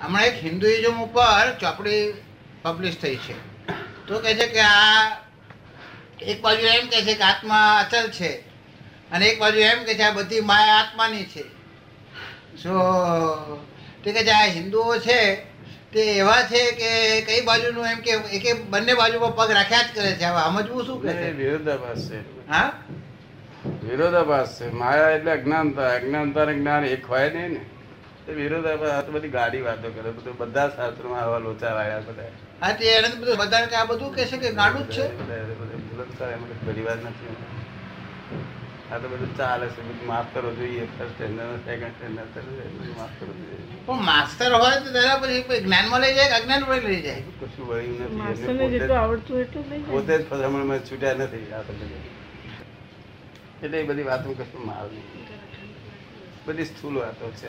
Speaker 6: હમણાં એક હિન્દુઇઝમ ઉપર ચોપડી પબ્લિશ થઈ છે તો કહે છે કે આ એક બાજુ એમ કહે છે કે આત્મા અચલ છે અને એક બાજુ એમ કહે છે આ બધી માયા આત્માની છે સો તે કહે છે આ હિન્દુઓ છે તે એવા છે કે કઈ બાજુનું એમ કે એકે બંને બાજુમાં પગ રાખ્યા જ કરે છે હવે સમજવું શું કહે
Speaker 1: એ
Speaker 6: છે
Speaker 1: વિરોધાભાસ છે
Speaker 6: હા
Speaker 1: વિરોધાભાસ છે માયા એટલે અજ્ઞાનતા અજ્ઞાનતા અને જ્ઞાન એક હોય નહીં ને એ વિરોધાભાસ આ તો બધી ગાડી વાતો કરે બધું બધા શાસ્ત્રોમાં આવા લોચા વાળ્યા બધા
Speaker 6: હા તે એને તો બધું બધાને કે આ બધું કહે છે કે ગાડું જ છે
Speaker 1: બધા- બધા બુલંદશાહ એમાં કંઈ ખરી વાત નથી આ તો બધું ચાલે છે બધું માફ કરો જોઈએ ફર્સ્ટ સ્ટેન્ડર્ડ સેકન્ડ સ્ટેન્ડર્ડ બધું માફ કરો જોઈએ
Speaker 6: પણ માસ્તર હોય તો તેના પછી કોઈ જ્ઞાનમાં લઈ જાય કે અજ્ઞાનમાં લઈ જાય
Speaker 1: કશું વળ્યું નથી
Speaker 7: માણસોને
Speaker 1: એમને પોતે જ-
Speaker 7: જેટલું આવડતું એટલું લઈ જાય.
Speaker 1: પોતે જ ફસામણમાં છૂટ્યા નથી આ તો બધે. એટલે એ બધી વાતો કશું માલ નહીં બધી સ્થૂલ વાતો છે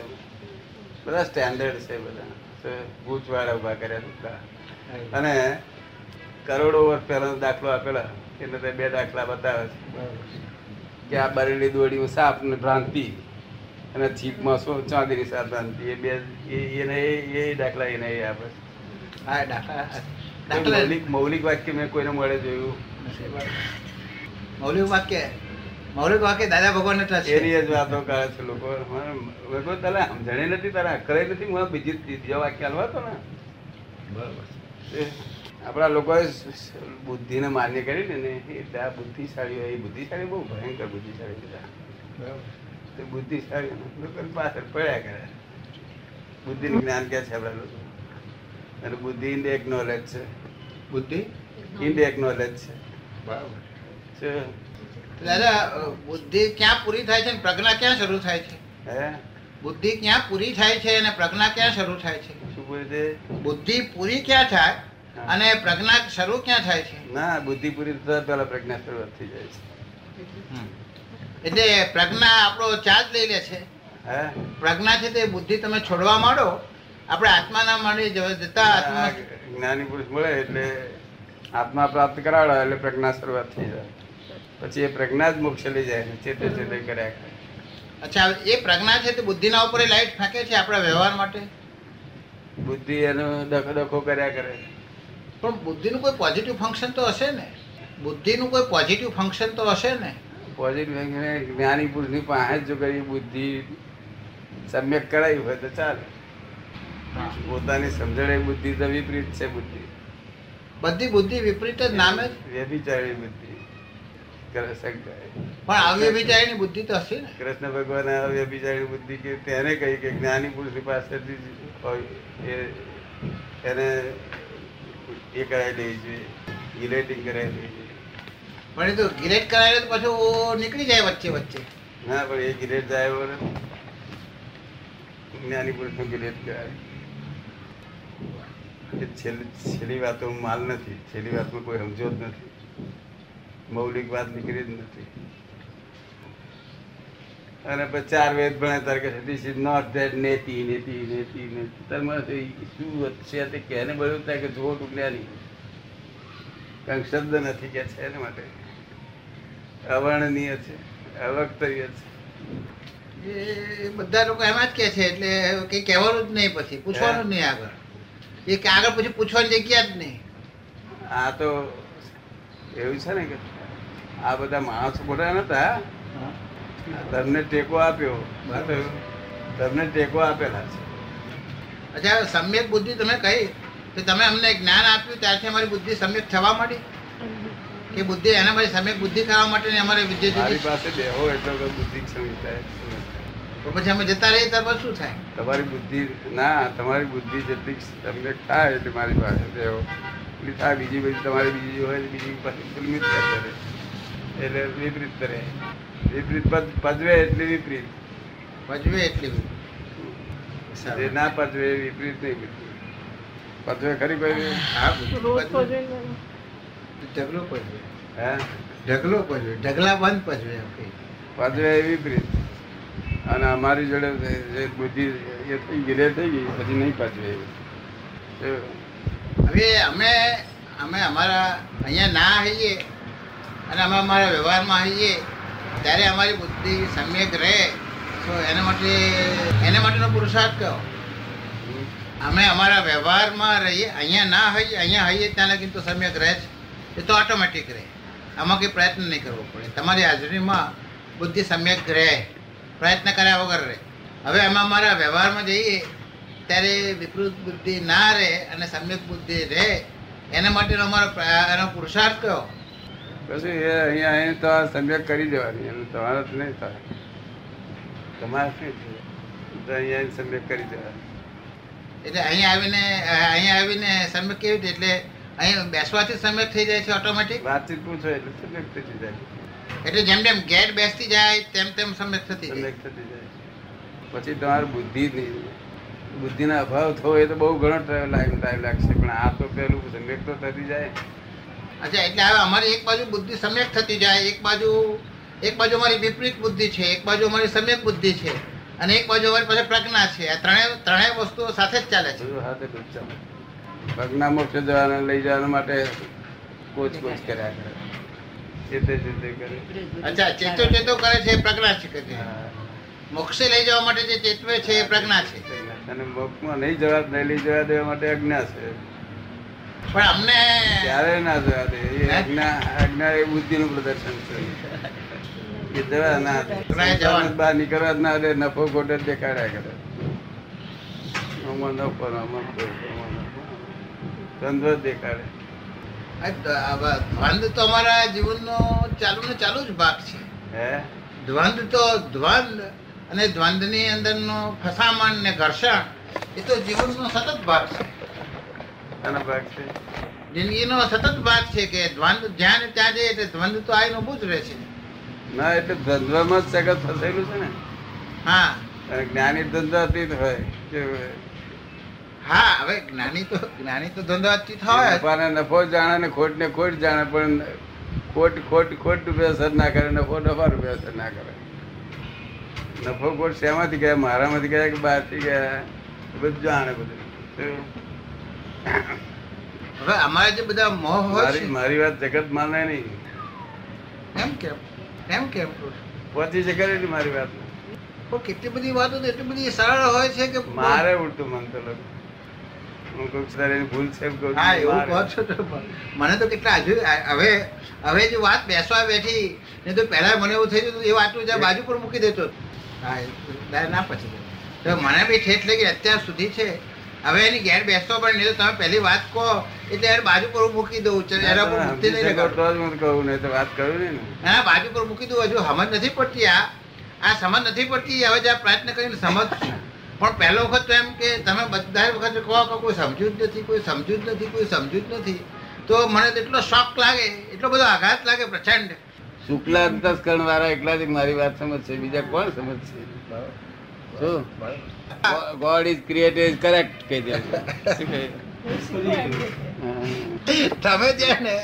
Speaker 1: બધા સ્ટેન્ડર્ડ છે બધા તો ભૂજવાળા ઊભા કર્યા બધા અને કરોડો વર્ષ પહેલાનો દાખલો આપેલા એટલે તે બે દાખલા બતાવે છે કે આ બરેલી દોડીમાં સાપ ને ભ્રાંતિ અને છીપમાં શું ચાંદીની સાપ ભ્રાંતિ એ બે એ- એને એ- એ દાખલા એને એ આપે છે
Speaker 6: હા દાખલા
Speaker 1: કોઈ
Speaker 6: દાખલા
Speaker 1: મૌલિક મૌલિક વાક્ય મેં કોઈને મળે જોયું
Speaker 6: મૌલિક વાક્ય મૌલિક વાક્ય દાદા ભગવાનને ટચ
Speaker 1: એની જ વાતો કરે છે લોકો મને- મેં કહ્યું, તને સમજણી નથી તારા અક્કરે નથી હું આ બીજી ત્રીજા વાક્ય હલવાતો ને એ આપણા લોકોએ સ- સ- બુદ્ધિને માન્ય કરી ને એટલે આ બુદ્ધિશાળી હોય એ બુદ્ધિશાળી બહુ ભયંકર બુદ્ધિશાળી બધા તે બુદ્ધિશાળી લોકો પાછળ પડ્યા કરે બુદ્ધિનું જ્ઞાન ક્યાં છે આપણા લોકો અને બુદ્ધિ ઇન્ડિયક નોલેજ છે
Speaker 6: બુદ્ધિ
Speaker 1: ઇન્ડિયક નોલેજ છે શું?
Speaker 6: દાદા અ, બુદ્ધિ ક્યાં પૂરી થાય છે અને પ્રજ્ઞા ક્યાં શરૂ થાય છે
Speaker 1: હે
Speaker 6: બુદ્ધિ ક્યાં પૂરી થાય છે અને પ્રજ્ઞા ક્યાં શરૂ થાય છે
Speaker 1: શું બોલે છે
Speaker 6: બુદ્ધિ પૂરી ક્યાં થાય અને પ્રજ્ઞા શરૂ ક્યાં થાય છે
Speaker 1: ના બુદ્ધિ પૂરી થતા પહેલા પ્રજ્ઞા શરૂઆત થઈ જાય છે
Speaker 6: એટલે પ્રજ્ઞા આપણો ચાર્જ લઈ લે છે
Speaker 1: હે
Speaker 6: પ્રજ્ઞા છે તે બુદ્ધિ તમે છોડવા માંડો આપણે આત્માના માંડી જવા જતા
Speaker 1: આ
Speaker 6: આત્મા
Speaker 1: જ્ઞાની પુરુષ મળે એટલે આત્મા પ્રાપ્ત કરાવડે એટલે પ્રજ્ઞા શરૂઆત થઈ જાય પછી એ પ્રજ્ઞા જ મોક્ષ લઈ જાય ને ચેતે ચેતે કર્યા કરે.
Speaker 6: અચ્છા એ પ્રજ્ઞા છે તે બુદ્ધિના ઉપર લાઈટ ફેંકે છે આપણા વ્યવહાર માટે
Speaker 1: બુદ્ધિ એનો ડખો ડખો કર્યા કરે
Speaker 6: પણ બુદ્ધિનું કોઈ પોઝિટિવ ફંક્શન તો હશે ને બુદ્ધિનું કોઈ પોઝિટિવ ફંક્શન તો હશે ને
Speaker 1: પોઝિટિવ જ્ઞાની પુરુષની પાસે જ જો કરી બુદ્ધિ સમ્યક કરાવી હોય તો ચાલે પોતાની સમજણ એ બુદ્ધિ તો વિપરીત છે બુદ્ધિ
Speaker 6: બધી બુદ્ધિ વિપરીત જ નામે જ
Speaker 1: વ્યભિચારી બુદ્ધિ કરે શંકર
Speaker 6: પણ અવ્યભિચારીની બુદ્ધિ તો હશે ને
Speaker 1: કૃષ્ણ ભગવાન વ્યભિચારી બુદ્ધિ કે તેને કહી કે જ્ઞાની પુરુષની પાસેથી જ હોય એ એને એ કરાવી દેવી જોઈએ રિલેટિંગ કરાવી દેવી જોઈએ
Speaker 6: પણ એ તો ગિરેટ કરાવે તો પછી ઓ નીકળી જાય વચ્ચે વચ્ચે
Speaker 1: ના પણ એ ગિરેટ જાય એવો નથી. જ્ઞાની પુરુષનો ગિરેટ કરાવે એ છેલ્લી છેલ્લી વાતો હું માલ નથી છેલ્લી વાતમાં કોઈ સમજો જ નથી મૌલિક વાત નીકળી જ નથી અને પછી ચાર વેદ ભણે તારે કે ધીસ ઇઝ નોટ ધેટ નેતી નેતી નેતી નેતી તારે મને તો ઈ શું વાત છે તે કેને બોલ્યું તારે કે જુઓ તું જ્ઞાની કંઈક શબ્દ નથી કે છે એના માટે અવર્ણનીય છે અવક્તવ્ય છે
Speaker 6: એ- એ બધા લોકો એમ જ કહે છે એટલે કંઈ કહેવાનું જ નહીં પછી પૂછવાનું જ નહીં આગળ એ કે આગળ પછી પૂછવાની જગ્યા જ નહીં
Speaker 1: આ તો એવું છે ને કે આ બધા માણસો ખોટા નતા તમને ટેકો આપ્યો આ તો તમને ટેકો આપેલા છે
Speaker 6: અચ્છા સમ્યક બુદ્ધિ તમે કહી તો તમે અમને જ્ઞાન આપ્યું ત્યારથી અમારી બુદ્ધિ સમ્યક થવા માંડી કે બુદ્ધિ એના માટે સમ્યક બુદ્ધિ કરવા માટેની અમારે વિદ્યા
Speaker 1: મારી
Speaker 6: જુદી
Speaker 1: પાસે બેહો એટલો તો બુદ્ધિ ક્ષમતા છે.
Speaker 6: તો પછી અમે જતા રહીએ ત્યાર પછી શું થાય
Speaker 1: તમારી બુદ્ધિ ના તમારી બુદ્ધિ જેટલી તમને થાય એટલી મારી પાસે બેહો એટલી થાય બીજી બધી તમારી બીજી હોય તો બીજી પાસે ગુલમિત કરે એટલે વિપરીત કરે વિપરીત પદ- પદવે એટલી વિપરીત
Speaker 6: ભજવે એટલી બધી.
Speaker 1: જે ના પદવે એ વિપરીત નહીં બુદ્ધિ પદવે ખરી કોઈ
Speaker 6: હા બુદ્ધિ
Speaker 7: રોજ
Speaker 6: ભજવે.
Speaker 7: ભજન ગાવાનું.
Speaker 6: ઢગલો ભજવે
Speaker 1: હે
Speaker 6: ઢગલો ભજવે ઢગલા બંધ ભજવે એમ કહીએ.
Speaker 1: પદવે એ વિપરીત અને અમારી જોડે જે બુદ્ધિ એ થઈ ગઈ રે થઈ ગઈ પછી નહીં પદવે એ.
Speaker 6: હવે અમે અમે અમારા અહીંયા ના હઈએ અને અમે અમારા વ્યવહારમાં હઈએ ત્યારે અમારી બુદ્ધિ સમ્યક રહે તો એના માટે એના માટેનો પુરુષાર્થ કહો અમે અમારા વ્યવહારમાં રહીએ અહીંયા ના હઈએ અહીંયા હઈએ ત્યાં લગી તો સમ્યક રહે છે એ તો ઓટોમેટિક રહે આમાં કંઈ પ્રયત્ન નહીં કરવો પડે તમારી હાજરીમાં બુદ્ધિ સમ્યક રહે પ્રયત્ન કર્યા વગર રહે હવે અમે અમારા વ્યવહારમાં જઈએ ત્યારે વિપરીત બુદ્ધિ ના રહે અને સમ્યક બુદ્ધિ રહે એના માટેનો અમારો પ્રયા- એનો પુરુષાર્થ કયો
Speaker 1: પછી એ અહીંયા અહીં તો આ સમ્યક કરી દેવાની એનું તમારે જ નહીં થાય તમારે શું છે તો અહીંયા આવીને સમ્યક કરી દેવાની
Speaker 6: એટલે અહીંયા આવીને અ, અહીંયા આવીને સમ્યક કેવી રીતે એટલે અહીં બેસવાથી સમ્યક થઈ જાય છે ઓટોમેટિક
Speaker 1: વાતચીત પૂછો એટલે સમ્યક થતી જાય
Speaker 6: એટલે જેમ જેમ ગેર બેસતી જાય તેમ તેમ સમ્યક થતી જાય
Speaker 1: સમ્યક થતી જાય પછી તમારે બુદ્ધિ નહીં બુદ્ધિના અભાવ થવો એ તો બહુ ઘણો ટાઈમ ટાઈમ લાગશે પણ આ તો પેલું સમ્યક તો થતી જાય
Speaker 6: અચ્છા એટલે હવે અમારી એક બાજુ બુદ્ધિ સમ્યક થતી જાય એક બાજુ એક બાજુ અમારી વિપરીત બુદ્ધિ છે એક બાજુ અમારી સમ્યક બુદ્ધિ છે અને એક બાજુ અમારી પાસે પ્રજ્ઞા છે આ ત્રણેય ત્રણેય વસ્તુઓ સાથે જ ચાલે છે
Speaker 1: બધું હાથે ડૂબચામાં પગના મોક્ષ જવાના લઈ જવાના માટે કોચ કોચ કર્યા કરે જેતે જેતે કરે
Speaker 6: અચ્છા ચેતો ચેતો કરે છે એ પ્રજ્ઞા છે કે છે
Speaker 1: હા.
Speaker 6: મોક્ષે લઈ જવા માટે જે ચેતવે છે એ પ્રજ્ઞા છે
Speaker 1: અને મોક્ષમાં નહીં જવા નહીં લઈ જવા દેવા માટે અજ્ઞા છે
Speaker 6: પણ અમને
Speaker 1: ક્યારે ના જવા દે એ અજ્ઞા અજ્ઞા એ બુદ્ધિનું પ્રદર્શન છે એ જવા ના દે
Speaker 6: ના જવા.
Speaker 1: બહાર નીકળવા જ ના દે નફો ખોટો જ દેખાડ્યા કરે આમાં નફો ને આમાં ખોટ, આમાં નફો. ધંધો જ દેખાડે
Speaker 6: આ દ- આ દ્વંદ તો અમારા જીવનનો ચાલુ ને ચાલુ જ ભાગ છે
Speaker 1: હે
Speaker 6: દ્વંદ તો દ્વંદ અને દ્વંદની અંદરનો ફસામણ ને ઘર્ષણ એ તો જીવનનો સતત ભાગ છે
Speaker 1: આના ભાગ છે
Speaker 6: જિંદગીનો સતત ભાગ છે કે દ્વંદ જ્યાં ને ત્યાં જઈએ એટલે દ્વંદ તો આવીને ઊભું જ રહે છે
Speaker 1: ના એટલે ધંધામાં જ સગત ફસાયેલું છે ને
Speaker 6: હા
Speaker 1: અને જ્ઞાની ધંધાથી જ હોય કેવું હોય?
Speaker 6: હા હવે જ્ઞાની તો જ્ઞાની તો ધંધો અતીત હોય જ.
Speaker 1: નફાને નફો જાણે ને ખોટ ને ખોટ જાણે પણ ખોટ ખોટ ખોટ રૂપિયા અસર ના કરે નફો નફા રૂપિયા અસર ના કરે નફો ખોટ શેમાંથી ગયા મારામાંથી ગયા કે બહારથી ગયા એ બધું જાણે બધું શું?
Speaker 6: હવે અમારા જે બધા મોહ હોય
Speaker 1: મારી
Speaker 6: છે
Speaker 1: મારી વાત જગત માને નહીં
Speaker 6: એમ કેમ એમ કેમ
Speaker 1: પહોંચી છે ખરી ને મારી વાત
Speaker 6: પણ કેટલી બધી વાતો તો એટલી બધી સરળ હોય છે કે
Speaker 1: મારે ઉડતું મન તો લોકો હું કઉ છું એની ભૂલ છે એમ કઉ છું.
Speaker 6: હા એવું
Speaker 1: મારે.
Speaker 6: કહો છો તો પણ મને તો કેટલા હજુ હવે હવે જે વાત બેસવા બેઠી ને તો પહેલા મને એવું થઈ જતું એ વાત હું જ્યાં બાજુ પર મૂકી દેતો હા એ તો ના- ના પછી તો મને બી ઠેઠ લાગી અત્યાર સુધી છે હવે એની ઘેર બેસતો પણ નહીં તો તમે પહેલી વાત કહો એટલે એને બાજુ પર હું મૂકી દઉં છે એના પર
Speaker 1: ના,
Speaker 6: મૂકી
Speaker 1: તમે
Speaker 6: નહીં
Speaker 1: સમજી શકો તો
Speaker 6: લગાડતો.
Speaker 1: જ મને કહું નહીં તો વાત કરું નહીં ને
Speaker 6: એના બાજુ પર મૂકી દઉં હજુ સમજ નથી પડતી આ આ સમજ નથી પડતી હવે જ્યાં પ્રયત્ન કરીને સમજશું પણ પહેલો વખત તો એમ કે તમે બધા વખત કહો કે કોઈ સમજ્યું જ નથી કોઈ સમજ્યું જ નથી કોઈ સમજ્યું જ નથી તો મને તો એટલો શોખ લાગે એટલો બધો આઘાત લાગે પ્રચંડ
Speaker 1: શુક્લા અંતસ્કરણ વાળા એકલા જ મારી વાત સમજશે બીજા કોણ સમજશે શું? God is created is correct કહી દે શું કહે? હા.
Speaker 6: તમે જે ને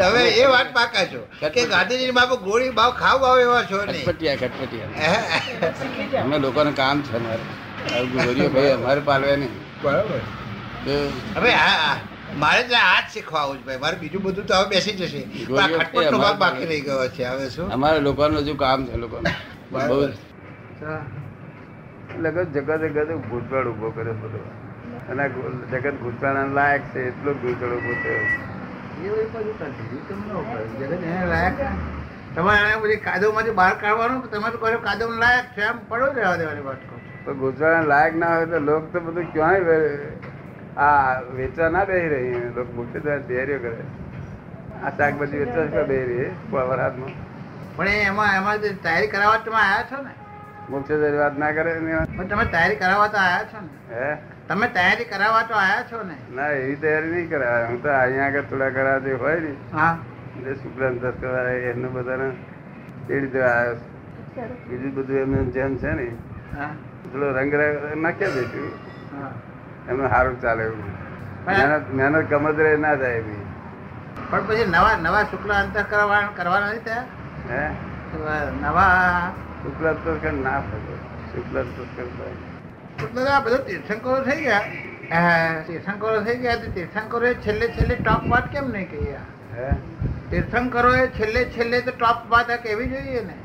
Speaker 6: તમે એ વાત પાકા છો કે ગાંધીજી બાપુ ગોળી ભાવ ખાવ ભાવ એવા છો નહીં
Speaker 1: ખટપટિયા ખટપટિયા અમે લોકોને કામ છે અમારે આવું ગોરીઓ ભાઈ અમારે પાલવે નહીં
Speaker 6: બરાબર
Speaker 1: તો
Speaker 6: હવે હા હા. મારે તો આ જ શીખવાવું છે ભાઈ મારે બીજું બધું તો હવે બેસી જશે પણ આ ખટપટનો ભાગ બાકી રહી ગયો છે હવે શું
Speaker 1: અમારે લોકોનું હજુ કામ છે લોકોને બહુ
Speaker 6: બરાબર. હા.
Speaker 1: લગત જગત જગત ભૂતકાળ ઉભો કર્યો બધો અને આ ગુ- જગત ભૂતકાળના લાયક છે એટલો જ ભૂતકાળ ઉભો થયો છે.
Speaker 6: એવું એક બાજુ continue કેમ ન ઉપાડ્યું? જગત એને લાયક તમારે આને બધી કાદવમાંથી બહાર કાઢવાનું કે તમે તો કહો છો કાદવ લાયક છે આમ પડો જ રહેવા દેવાની વાત કહો છો.
Speaker 1: તો ગુજરાત લાયક ના હોય તો લોક તો બધું ક્યાંય વે- આ વેચવા ના બેસી રહી લોક ભૂખે તો ધૈર્ય કરે આ શાકભાજી વેચવા શું કામ બેસી રહી વરાતમાં
Speaker 6: પણ એ એમાં એમાં જે તૈયારી કરાવવા તમે આવ્યા છો ને
Speaker 1: મોક્ષે વાત ના કરે ને
Speaker 6: પણ તમે તૈયારી કરાવવા તો આવ્યા છો ને
Speaker 1: હે
Speaker 6: તમે તૈયારી કરાવવા તો આવ્યા છો ને
Speaker 1: ના એવી તૈયારી નહીં કરાવે હું તો અહીંયા આગળ થોડા કરા જે હોય ને
Speaker 6: હા
Speaker 1: જે શુક્લાન તસ્કર એમને બધાને એ રીતે આવ્યો છું. બીજું બધું એમને જેમ છે ને
Speaker 6: હા
Speaker 1: થોડો રંગ રા- નાખ્યા દઈશું
Speaker 6: હા.
Speaker 1: એમનું સારું ચાલે એવું મહેનત મહેનત કમતરે ના જાય એવી
Speaker 6: પણ પછી નવા નવા શુક્લ અંતઃ કરવા કરવા નથી ત્યાં
Speaker 1: હે
Speaker 6: નવા
Speaker 1: શુક્લ તસ્કર ના થતો શુક્લ તસ્કર થાય
Speaker 6: એટલે આ બધા તીર્થંકરો થઈ ગયા અ, તીર્થંકરો થઈ ગયા તો તીર્થંકરોએ છેલ્લે છેલ્લે ટોપ વાત કેમ નહીં કહી આ
Speaker 1: હે
Speaker 6: તીર્થંકરોએ છેલ્લે છેલ્લે તો ટોપ વાત આ કહેવી જોઈએ ને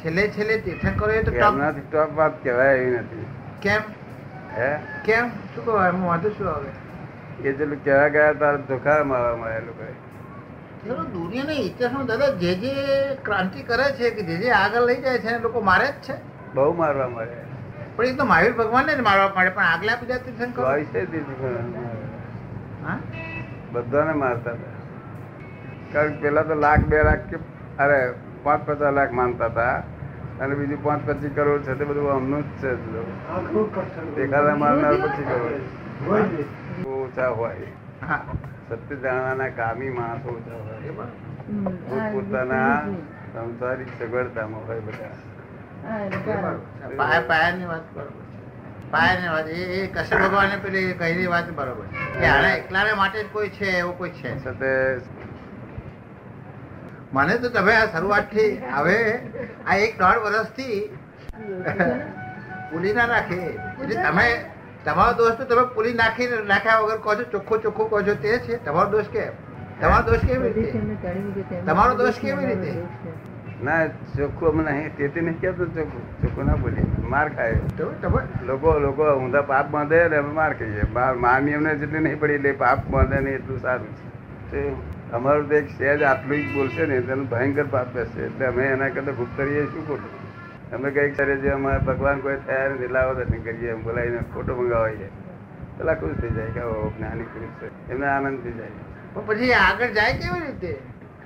Speaker 6: છેલ્લે છેલ્લે તીર્થંકરોએ તો ટોપ
Speaker 1: એમનાથી ટોપ વાત કહેવાય એવી નથી
Speaker 6: કેમ
Speaker 1: હે
Speaker 6: કેમ શું કહો એમ વાંધો શું આવે
Speaker 1: એ જેટલું કહેવા ગયા તારે ધોખા મારવામાં એ લોકોએ
Speaker 6: ચલો દુનિયાના ઇતિહાસમાં દાદા જે જે ક્રાંતિ કરે છે કે જે જે આગળ લઈ જાય છે એ લોકો મારે જ છે
Speaker 1: બહુ મારવા મળે
Speaker 6: પણ એ તો મહાવીર ભગવાનને જ મારવા પડે પણ આગલા બીજા તીર્થંકરો
Speaker 1: ચોવીસે તીર્થંકર
Speaker 6: હા
Speaker 1: બધાને મારતા હતા કારણ કે પેલા તો લાખ બે લાખ કે અરે પાંચ પચાસ લાખ માનતા હતા અને બીજું પાંચ પચીસ કરોડ છે તે બધું અમનું જ છે બધું. દેખાતા મારનાર પચીસ કરોડ બહુ ઓછા હોય
Speaker 6: હા
Speaker 1: સત્ય જાણવાના કામી માણસો ઓછા હોય પોતપોતાના
Speaker 3: પોતાના
Speaker 1: સંસારિક સગવડતામાં હોય બધા
Speaker 6: પાયા પાયાની વાત કરો પાયાની વાત એ એ કશ્યપ ભગવાને પેલી કહેલી વાત બરોબર કે આના એકલાને માટે જ કોઈ છે એવો કોઈ છે
Speaker 1: છતાં
Speaker 6: મને તો તમે આ શરૂઆતથી હવે આ એક દોઢ વર્ષથી પુલી ના નાખે એટલે તમે તમારો દોષ તો તમે પુલી નાખી નાખ્યા વગર કહો છો ચોખ્ખું ચોખ્ખું કહો છો તે છે તમારો દોષ કેમ તમારો દોષ કેવી રીતે તમારો દોષ કેવી રીતે?
Speaker 1: ના ચોખ્ખું અમે નહીં તેથી નહીં કહેતો ચોખ્ખું ચોખ્ખું ના બોલીએ માર ખાય
Speaker 6: તમે તમે
Speaker 1: લોકો લોકો ઊંધા પાપ બાંધે ને અમે માર ખાઈએ માર મામી અમને જેટલી નહીં પડી એટલે પાપ બાંધે નહીં એટલું સારું છે તો અમારું તો એક સહેજ આટલું જ બોલશે ને તેનું ભયંકર પાપ બેસશે એટલે અમે એના કરતાં ગુપ્તરીએ શું ખોટું અમે કંઈક કરે જે અમારા ભગવાન કોઈ થયા નથી લાવો દર્શન કરીએ એમ બોલાવીને ખોટું મંગાવાઈએ પેલા ખુશ થઈ જાય કે ઓ જ્ઞાની પુરુષ છે એમને આનંદ થઈ જાય
Speaker 6: પણ પછી આગળ જાય કેવી રીતે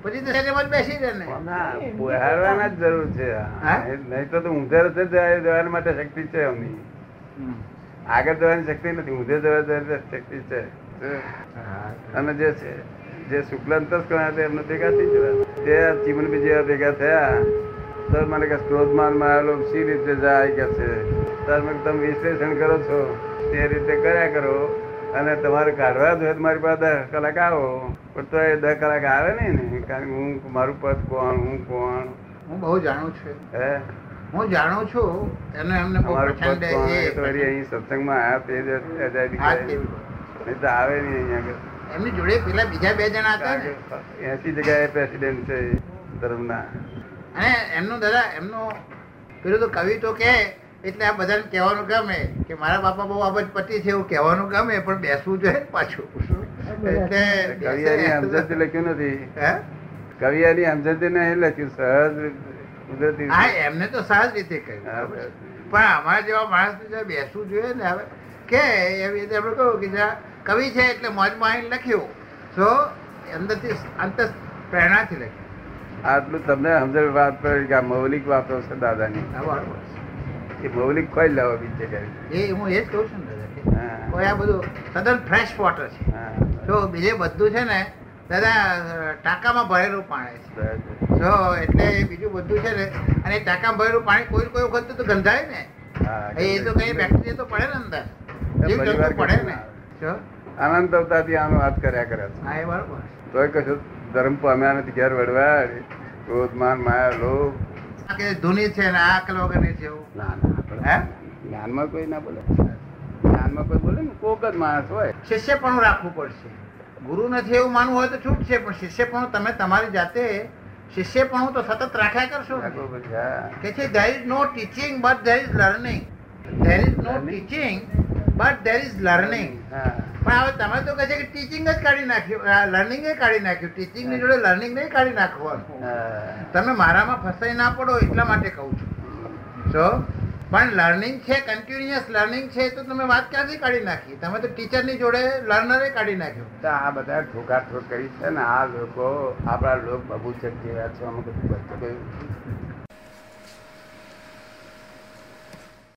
Speaker 6: પછી તો શરીરમાં જ બેસી રહે ને
Speaker 1: ના, પોહાડવાના જ જરૂર છે
Speaker 6: હા?
Speaker 1: નહીં તો તો ઊંધે રસ્તે જવા જવાની માટે શક્તિ છે અમની આગળ જવાની શક્તિ નથી ઊંધે જવા જવાની શક્તિ છે અને જે છે જે શુક્લાંતસ ગણાય છે એમને ભેગા થઈ જવા તે ચીમનબી જેવા ભેગા થયા તો મને કે ક્રોધમાન માં આવેલો સી રીતે જાય કે છે તાર મેં કીધું, તમે વિશ્લેષણ કરો છો તે રીતે કર્યા કરો અને તમારે કાઢવા જોઈએ તો મારી પાસે દસ કલાક આવો પણ તો એ દસ કલાક આવે નહીં ને કારણ કે હું મારું પદ કોણ હું કોણ
Speaker 6: હું બહુ જાણું છું
Speaker 1: હે
Speaker 6: હું જાણું છું એનો એમને બહુ
Speaker 1: અમારું પદ
Speaker 6: પ્રચંડ
Speaker 1: કોણ
Speaker 6: એ
Speaker 1: એ તો વળી અહીં સત્સંગમાં આયા તે જ આઝાદી
Speaker 6: હા,
Speaker 1: કરે.
Speaker 6: તે.
Speaker 1: નહીં તો આવે નહીં અહીંયા આગળ.
Speaker 6: એમની જોડે પેલા બીજા બે જણા હતા ને
Speaker 1: એસી જગ્યાએ પ્રેસિડેન્ટ છે ધર્મના
Speaker 6: અને એમનું દાદા એમનું પેલું તો કવિ તો કહે એટલે આ બધાને કહેવાનું ગમે કે મારા બાપા બહુ અબજપતિ છે એવું કહેવાનું ગમે પણ બેસવું જોઈએ ને પાછું એટલે
Speaker 1: કવિયાની
Speaker 6: બેસે.
Speaker 1: સમજણથી લખ્યું નથી
Speaker 6: હે?
Speaker 1: કવિયાની સમજણથી નહીં લખ્યું સહજ રીતે, કુદરતી રીતે.
Speaker 6: હા એમને તો સહજ રીતે કહ્યું
Speaker 1: હા,
Speaker 6: બરાબર છે. પણ અમારા જેવા માણસને જો બેસવું જોઈએ ને હવે કે એવી રીતે આપણે કહ્યું કે જા કવિ છે એટલે મોજમાં આવીને લખ્યું તો અંદરથી અંતર પ્રેરણાથી લખ્યું
Speaker 1: આટલું તમને સમજણ વાત પડી કે આ મૌલિક વાતો છે દાદાની
Speaker 6: આ બરાબર છે.
Speaker 1: એ મૌલિક ખોઈ લાવો બીજી જગ્યાએ
Speaker 6: એ હું એ જ કહું છું ને દાદા કે
Speaker 1: હા.
Speaker 6: કોઈ આ બધું તદ્દન ફ્રેશ વોટર છે
Speaker 1: હા.
Speaker 6: જો બીજે બધું છે ને દાદા ટાંકામાં ભરેલું પાણી
Speaker 1: સહજ.
Speaker 6: છે જો એટલે એ બીજું બધું છે ને અને એ ટાંકામાં ભરેલું પાણી કોઈ ને કોઈ વખત તો ગંધાય ને
Speaker 1: હા.
Speaker 6: એ તો કઈ બેક્ટેરિયા તો પડે ને અંદર જીવ
Speaker 1: પરિવાર
Speaker 6: જંતુ પડે ને
Speaker 1: કેટલા
Speaker 6: જો
Speaker 1: આનંદ અવતારથી આમ વાત કર્યા કરે છે
Speaker 6: હા એ બરોબર
Speaker 1: તોય કશું ધર્મ પામ્યા નથી ઘેર વડવા ક્રોધ માન માયા લોભ
Speaker 6: આ કે ધૂની છે ને આ અકલ વગરની છે એવું
Speaker 1: ના ના
Speaker 6: હે
Speaker 1: જ્ઞાનમાં કોઈ ના બોલે જ્ઞાનમાં કોઈ બોલે ને કોક જ માણસ હોય
Speaker 6: શિષ્ય પણ રાખવું પડશે ગુરુ નથી એવું માનવું હોય તો છૂટ છે પણ શિષ્ય પણ તમે તમારી જાતે શિષ્ય પણ તો સતત રાખ્યા કરશો ને.
Speaker 1: રાખો પછી, હા.
Speaker 6: કે છે there is no teaching but there is learning there is no teaching but there is learning
Speaker 1: હા.
Speaker 6: પણ હવે તમે તો કહે છે કે ટીચિંગ જ કાઢી નાખ્યું લર્નિંગ એ કાઢી નાખ્યું ટીચિંગ ની જોડે લર્નિંગ નહીં કાઢી નાખવાનું
Speaker 1: હા.
Speaker 6: તમે મારામાં ફસાઈ ના પડો એટલા માટે કહું છું તો પણ લર્નિંગ છે કન્ટિન્યુઅસ લર્નિંગ છે તો તમે વાત ક્યાંથી કાઢી નાખી તમે તો ટીચરની જોડે લર્નરે કાઢી નાખ્યું
Speaker 1: તો આ બધા ઠોકા ઠોક કરી છે ને આ લોકો આપણા લોક બબૂચક જેવા છે અમુક બધું કહ્યું